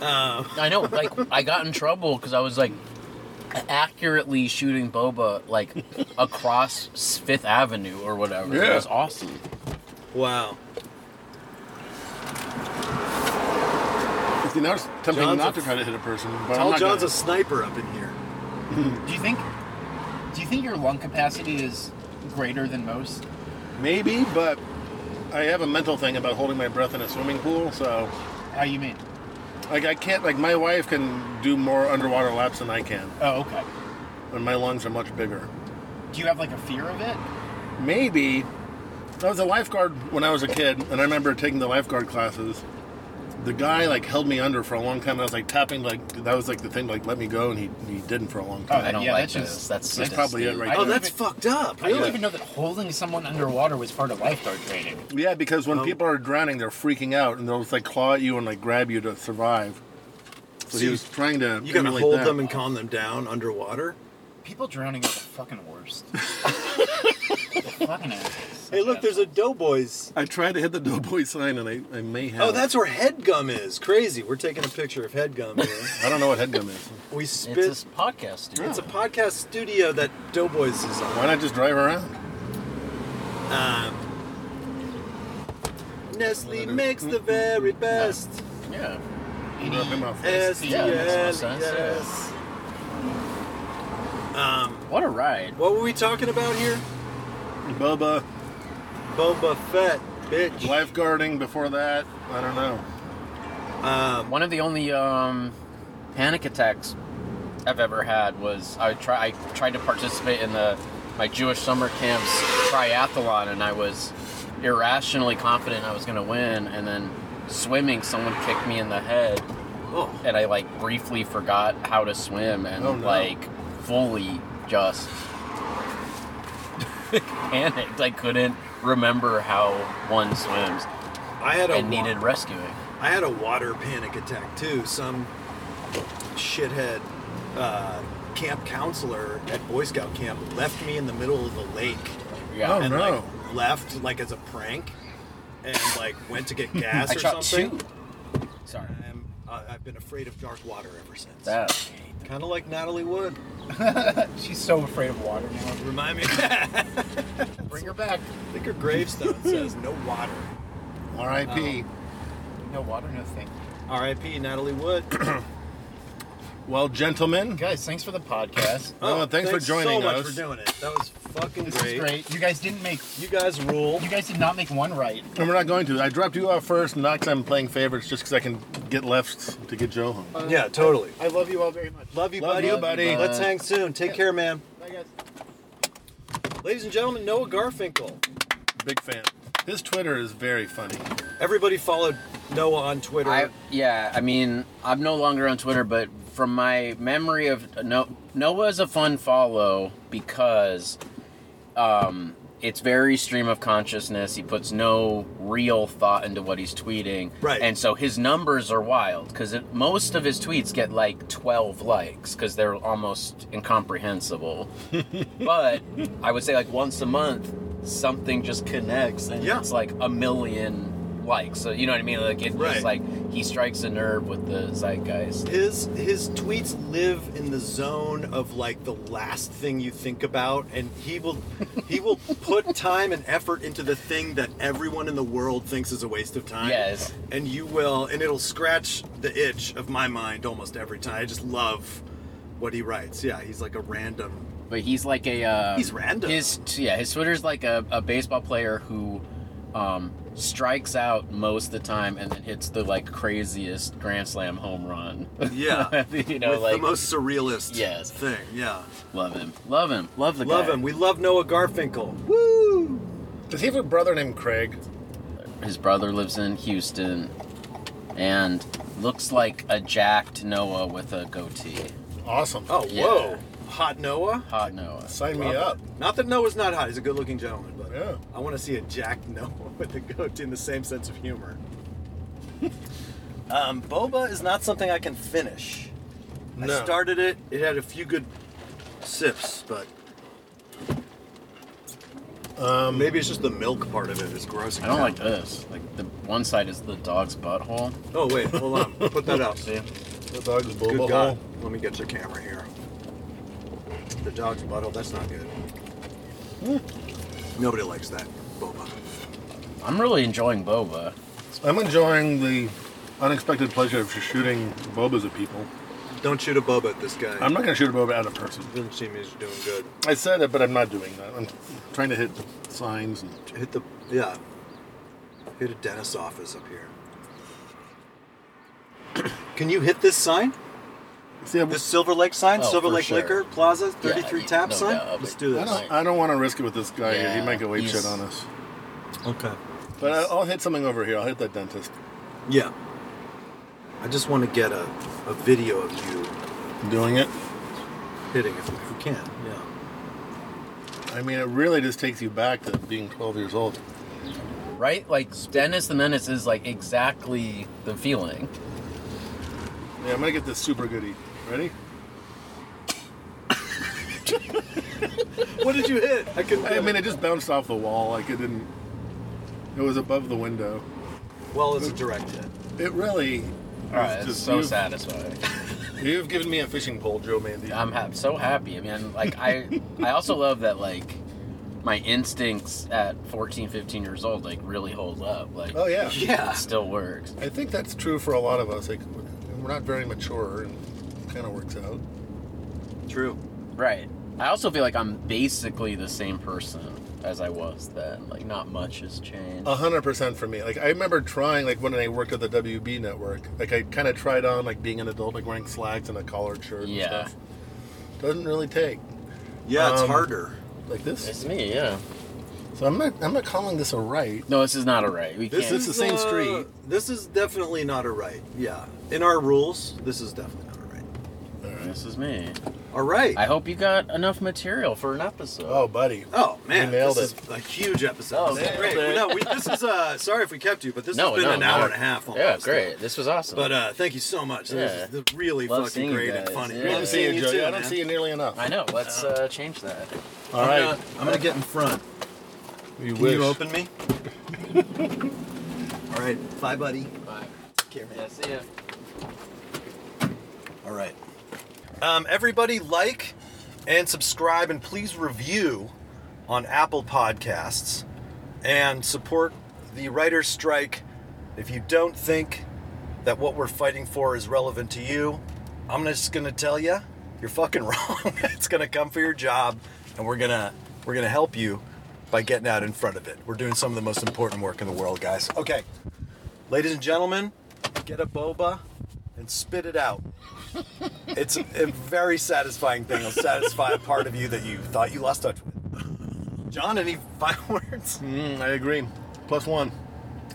I know. Like I got in trouble because I was like accurately shooting boba like across Fifth Avenue or whatever. It Yeah. was awesome. Wow. See, now it's tempting John's not a- to try to hit a person, but I'm Tall not John's gonna. a sniper up in here. Do you think? Do you think your lung capacity is greater than most? Maybe, but I have a mental thing about holding my breath in a swimming pool, so How you mean? like I can't like my wife can do more underwater laps than I can, Oh, okay. and my lungs are much bigger. Do you have like a fear of it? Oh, maybe I was a lifeguard when I was a kid, and I remember taking the lifeguard classes. The guy like held me under for a long time. And I was like tapping, like that was like the thing, like let me go, and he, he didn't for a long time. Oh, I don't yeah, like that's this. just- that's that's probably it right I Oh, don't there. that's even- fucked up. I didn't Really? even know that holding someone underwater was part of lifeguard training. Yeah, because when Oh. people are drowning, they're freaking out, and they'll just like claw at you and like grab you to survive. So he was trying to You gotta emulate hold that. them and calm them down underwater. People drowning are the fucking worst. the fucking assholes. Hey, look, there's a Doughboys. I tried to hit the doughboy sign and I, I may have. Oh, that's where headgum is. Crazy. We're taking a picture of headgum here. I don't know what headgum is. We It's spit. this podcast, dude. It's a podcast studio that Doughboys is on. Why not just drive around? Nestle makes the very best. Yeah. Drop him off. S T Yeah, L that makes more E sense, yeah. S. What a ride. What were we talking about here? Bubba, Boba Fett, bitch. lifeguarding before that. I don't know. Um, One of the only um, panic attacks I've ever had was I try I tried to participate in the my Jewish summer camp's triathlon and I was irrationally confident I was gonna win and then swimming someone kicked me in the head oh, and I like briefly forgot how to swim and Oh, no. like fully just panicked. I couldn't remember how one swims I had a and wa- needed rescuing. I had a water panic attack too. Some shithead uh, camp counselor at Boy Scout camp left me in the middle of the lake Yeah. Oh, and no. like left like as a prank and like went to get gas I or shot something. two. Sorry. I'm, I- I've been afraid of dark water ever since. That Kind of like Natalie Wood. She's so afraid of water now. Remind me. I Bring her back. think her gravestone says no water. R.I.P. Oh. No water, no thing. R.I.P. Natalie Wood. Well, gentlemen, Guys, thanks for the podcast. Oh, thanks for joining so much us. for doing it. That was fucking This great. is great. You guys didn't make. You guys rule. You guys did not make one right. and we're not going to. I dropped you off first, not 'cause I'm playing favorites, just because I can get lefts to get Joe home. Yeah, totally. I love you all very much. Uh, Love you, Love buddy. you, buddy. Let's hang soon. Take care, man. Bye, guys. Ladies and gentlemen, Noah Garfinkel. Big fan. His Twitter is very funny. Everybody followed Noah on Twitter. I yeah, I mean, I'm no longer on Twitter, but from my memory of no Noah is a fun follow because um it's very stream of consciousness. He puts no real thought into what he's tweeting. Right. And so his numbers are wild because most of his tweets get like 12 likes because they're almost incomprehensible. but I would say like once a month, something just connects and Yeah. it's like a million likes. So you know what I mean? Like it Right. just like he strikes a nerve with the zeitgeist. his his tweets live in the zone of like the last thing you think about and he will he will put time and effort into the thing that everyone in the world thinks is a waste of time Yes. and you will and it'll scratch the itch of my mind almost every time i just love what he writes yeah he's like a random But he's like a uh, He's random. His yeah, his Twitter's like a, a baseball player who um, strikes out most of the time and then hits the like craziest grand slam home run. yeah you know, with like the most surrealist Yes. thing yeah love him, love him, love the love guy. him we love noah garfinkel woo Does he have a brother named Craig? His brother lives in Houston, and looks like a jacked Noah with a goatee. Awesome. oh Yeah. whoa hot noah Hot Noah. sign me up. Not that Noah's not hot. He's a good-looking gentleman, but Yeah. I want to see a Jack Noah with a goatee in the same sense of humor. um, boba is not something I can finish. No. I started it. It had a few good sips, but Um, maybe it's just the milk part of it is gross. I don't like this. Like the one side is the dog's butthole. Oh wait, hold on. Put that out. See? the dog's Good bulba God. hole. Let me get your camera here. The dog's butthole. That's not good. Nobody likes that, boba. I'm really enjoying boba. I'm enjoying the unexpected pleasure of shooting bobas at people. Don't shoot a boba at this guy. I'm not going to shoot a boba at a person. Doesn't seem he's doing good. I said it, but I'm not doing that. I'm trying to hit signs and Hit the yeah. Hit a dentist's office up here. Can you hit this sign? see. I'm, This Silver Lake sign, Oh, Silver for Lake sure. Liquor Plaza, 33 you- tap no sign. doubt. Let's do I this. don't. I don't want to risk it with this guy. Yeah, he might go ape he's- shit on us. Okay. But I, I'll hit something over here. I'll hit that dentist. Yeah. I just want to get a, a video of you Doing it. hitting if if we can. Yeah. I mean, it really just takes you back to being 12 years old. Right? Like Dennis the Menace is like exactly the feeling. Yeah, I'm gonna get this super goodie. Ready? What did you hit? I couldn't. I mean, it just bounced off the wall. Like it didn't. It was above the window. well, it's a direct hit. It really. All right, Uh, it's just- so you've- satisfying. You've given me a fishing pole, Joe Mandy. I'm ha- so happy. I mean, like I, I also love that like my instincts at 14, 15 years old like really hold up. Like, Oh yeah. it still works. I think that's true for a lot of us. Like we're not very mature, and it kind of works out. True. Right. I also feel like I'm basically the same person as I was then. Like, not much has changed. A hundred percent for me. Like I remember trying, like when I worked at the WB network, like I kind of tried on like being an adult, like wearing slacks and a collared shirt. and Yeah. stuff. Doesn't really take Yeah, it's Um, harder. like this. it's me, yeah. So I'm not. I'm not calling this a right. No, this is not a right. We This uh, can't. is the same street. This is definitely not a right. Yeah, in our rules, this is definitely not a right. This is me. All right. I hope you got enough material for an episode. Oh, buddy. oh man, You nailed this it. is a huge episode. Oh, this is nailed great. it. No, we, this is uh. Sorry if we kept you, but this no, has been no, an hour no. and a half. Almost. Yeah, great. This was awesome. But uh, thank you so much. Yeah. This is really Love seeing fucking you great and guys. funny. Yeah. Good Love to see you, Joe. Yeah, I don't man. see you nearly enough. I know. Let's uh, change that. All I'm right. gonna- I'm gonna get in front. You Can you open me? All right. Bye, buddy. Bye. Take care, man. Yeah, see ya. All right. Um, everybody, like and subscribe, and please review on Apple Podcasts and support the writer's strike. If you don't think that what we're fighting for is relevant to you, I'm just gonna tell you, you're fucking wrong. it's gonna come for your job, and we're gonna we're gonna help you by getting out in front of it. We're doing some of the most important work in the world, guys. Okay, ladies and gentlemen, get a boba and spit it out. It's a very satisfying thing. It'll satisfy a part of you that you thought you lost touch with. John, any final words? Mm, I agree. Plus one.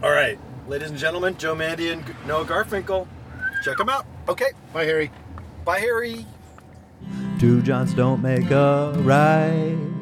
All right, ladies and gentlemen, Joe Mandy and Noah Garfinkel. Check them out. Okay, Bye, Harry. bye, Harry. Two Johns don't make a right.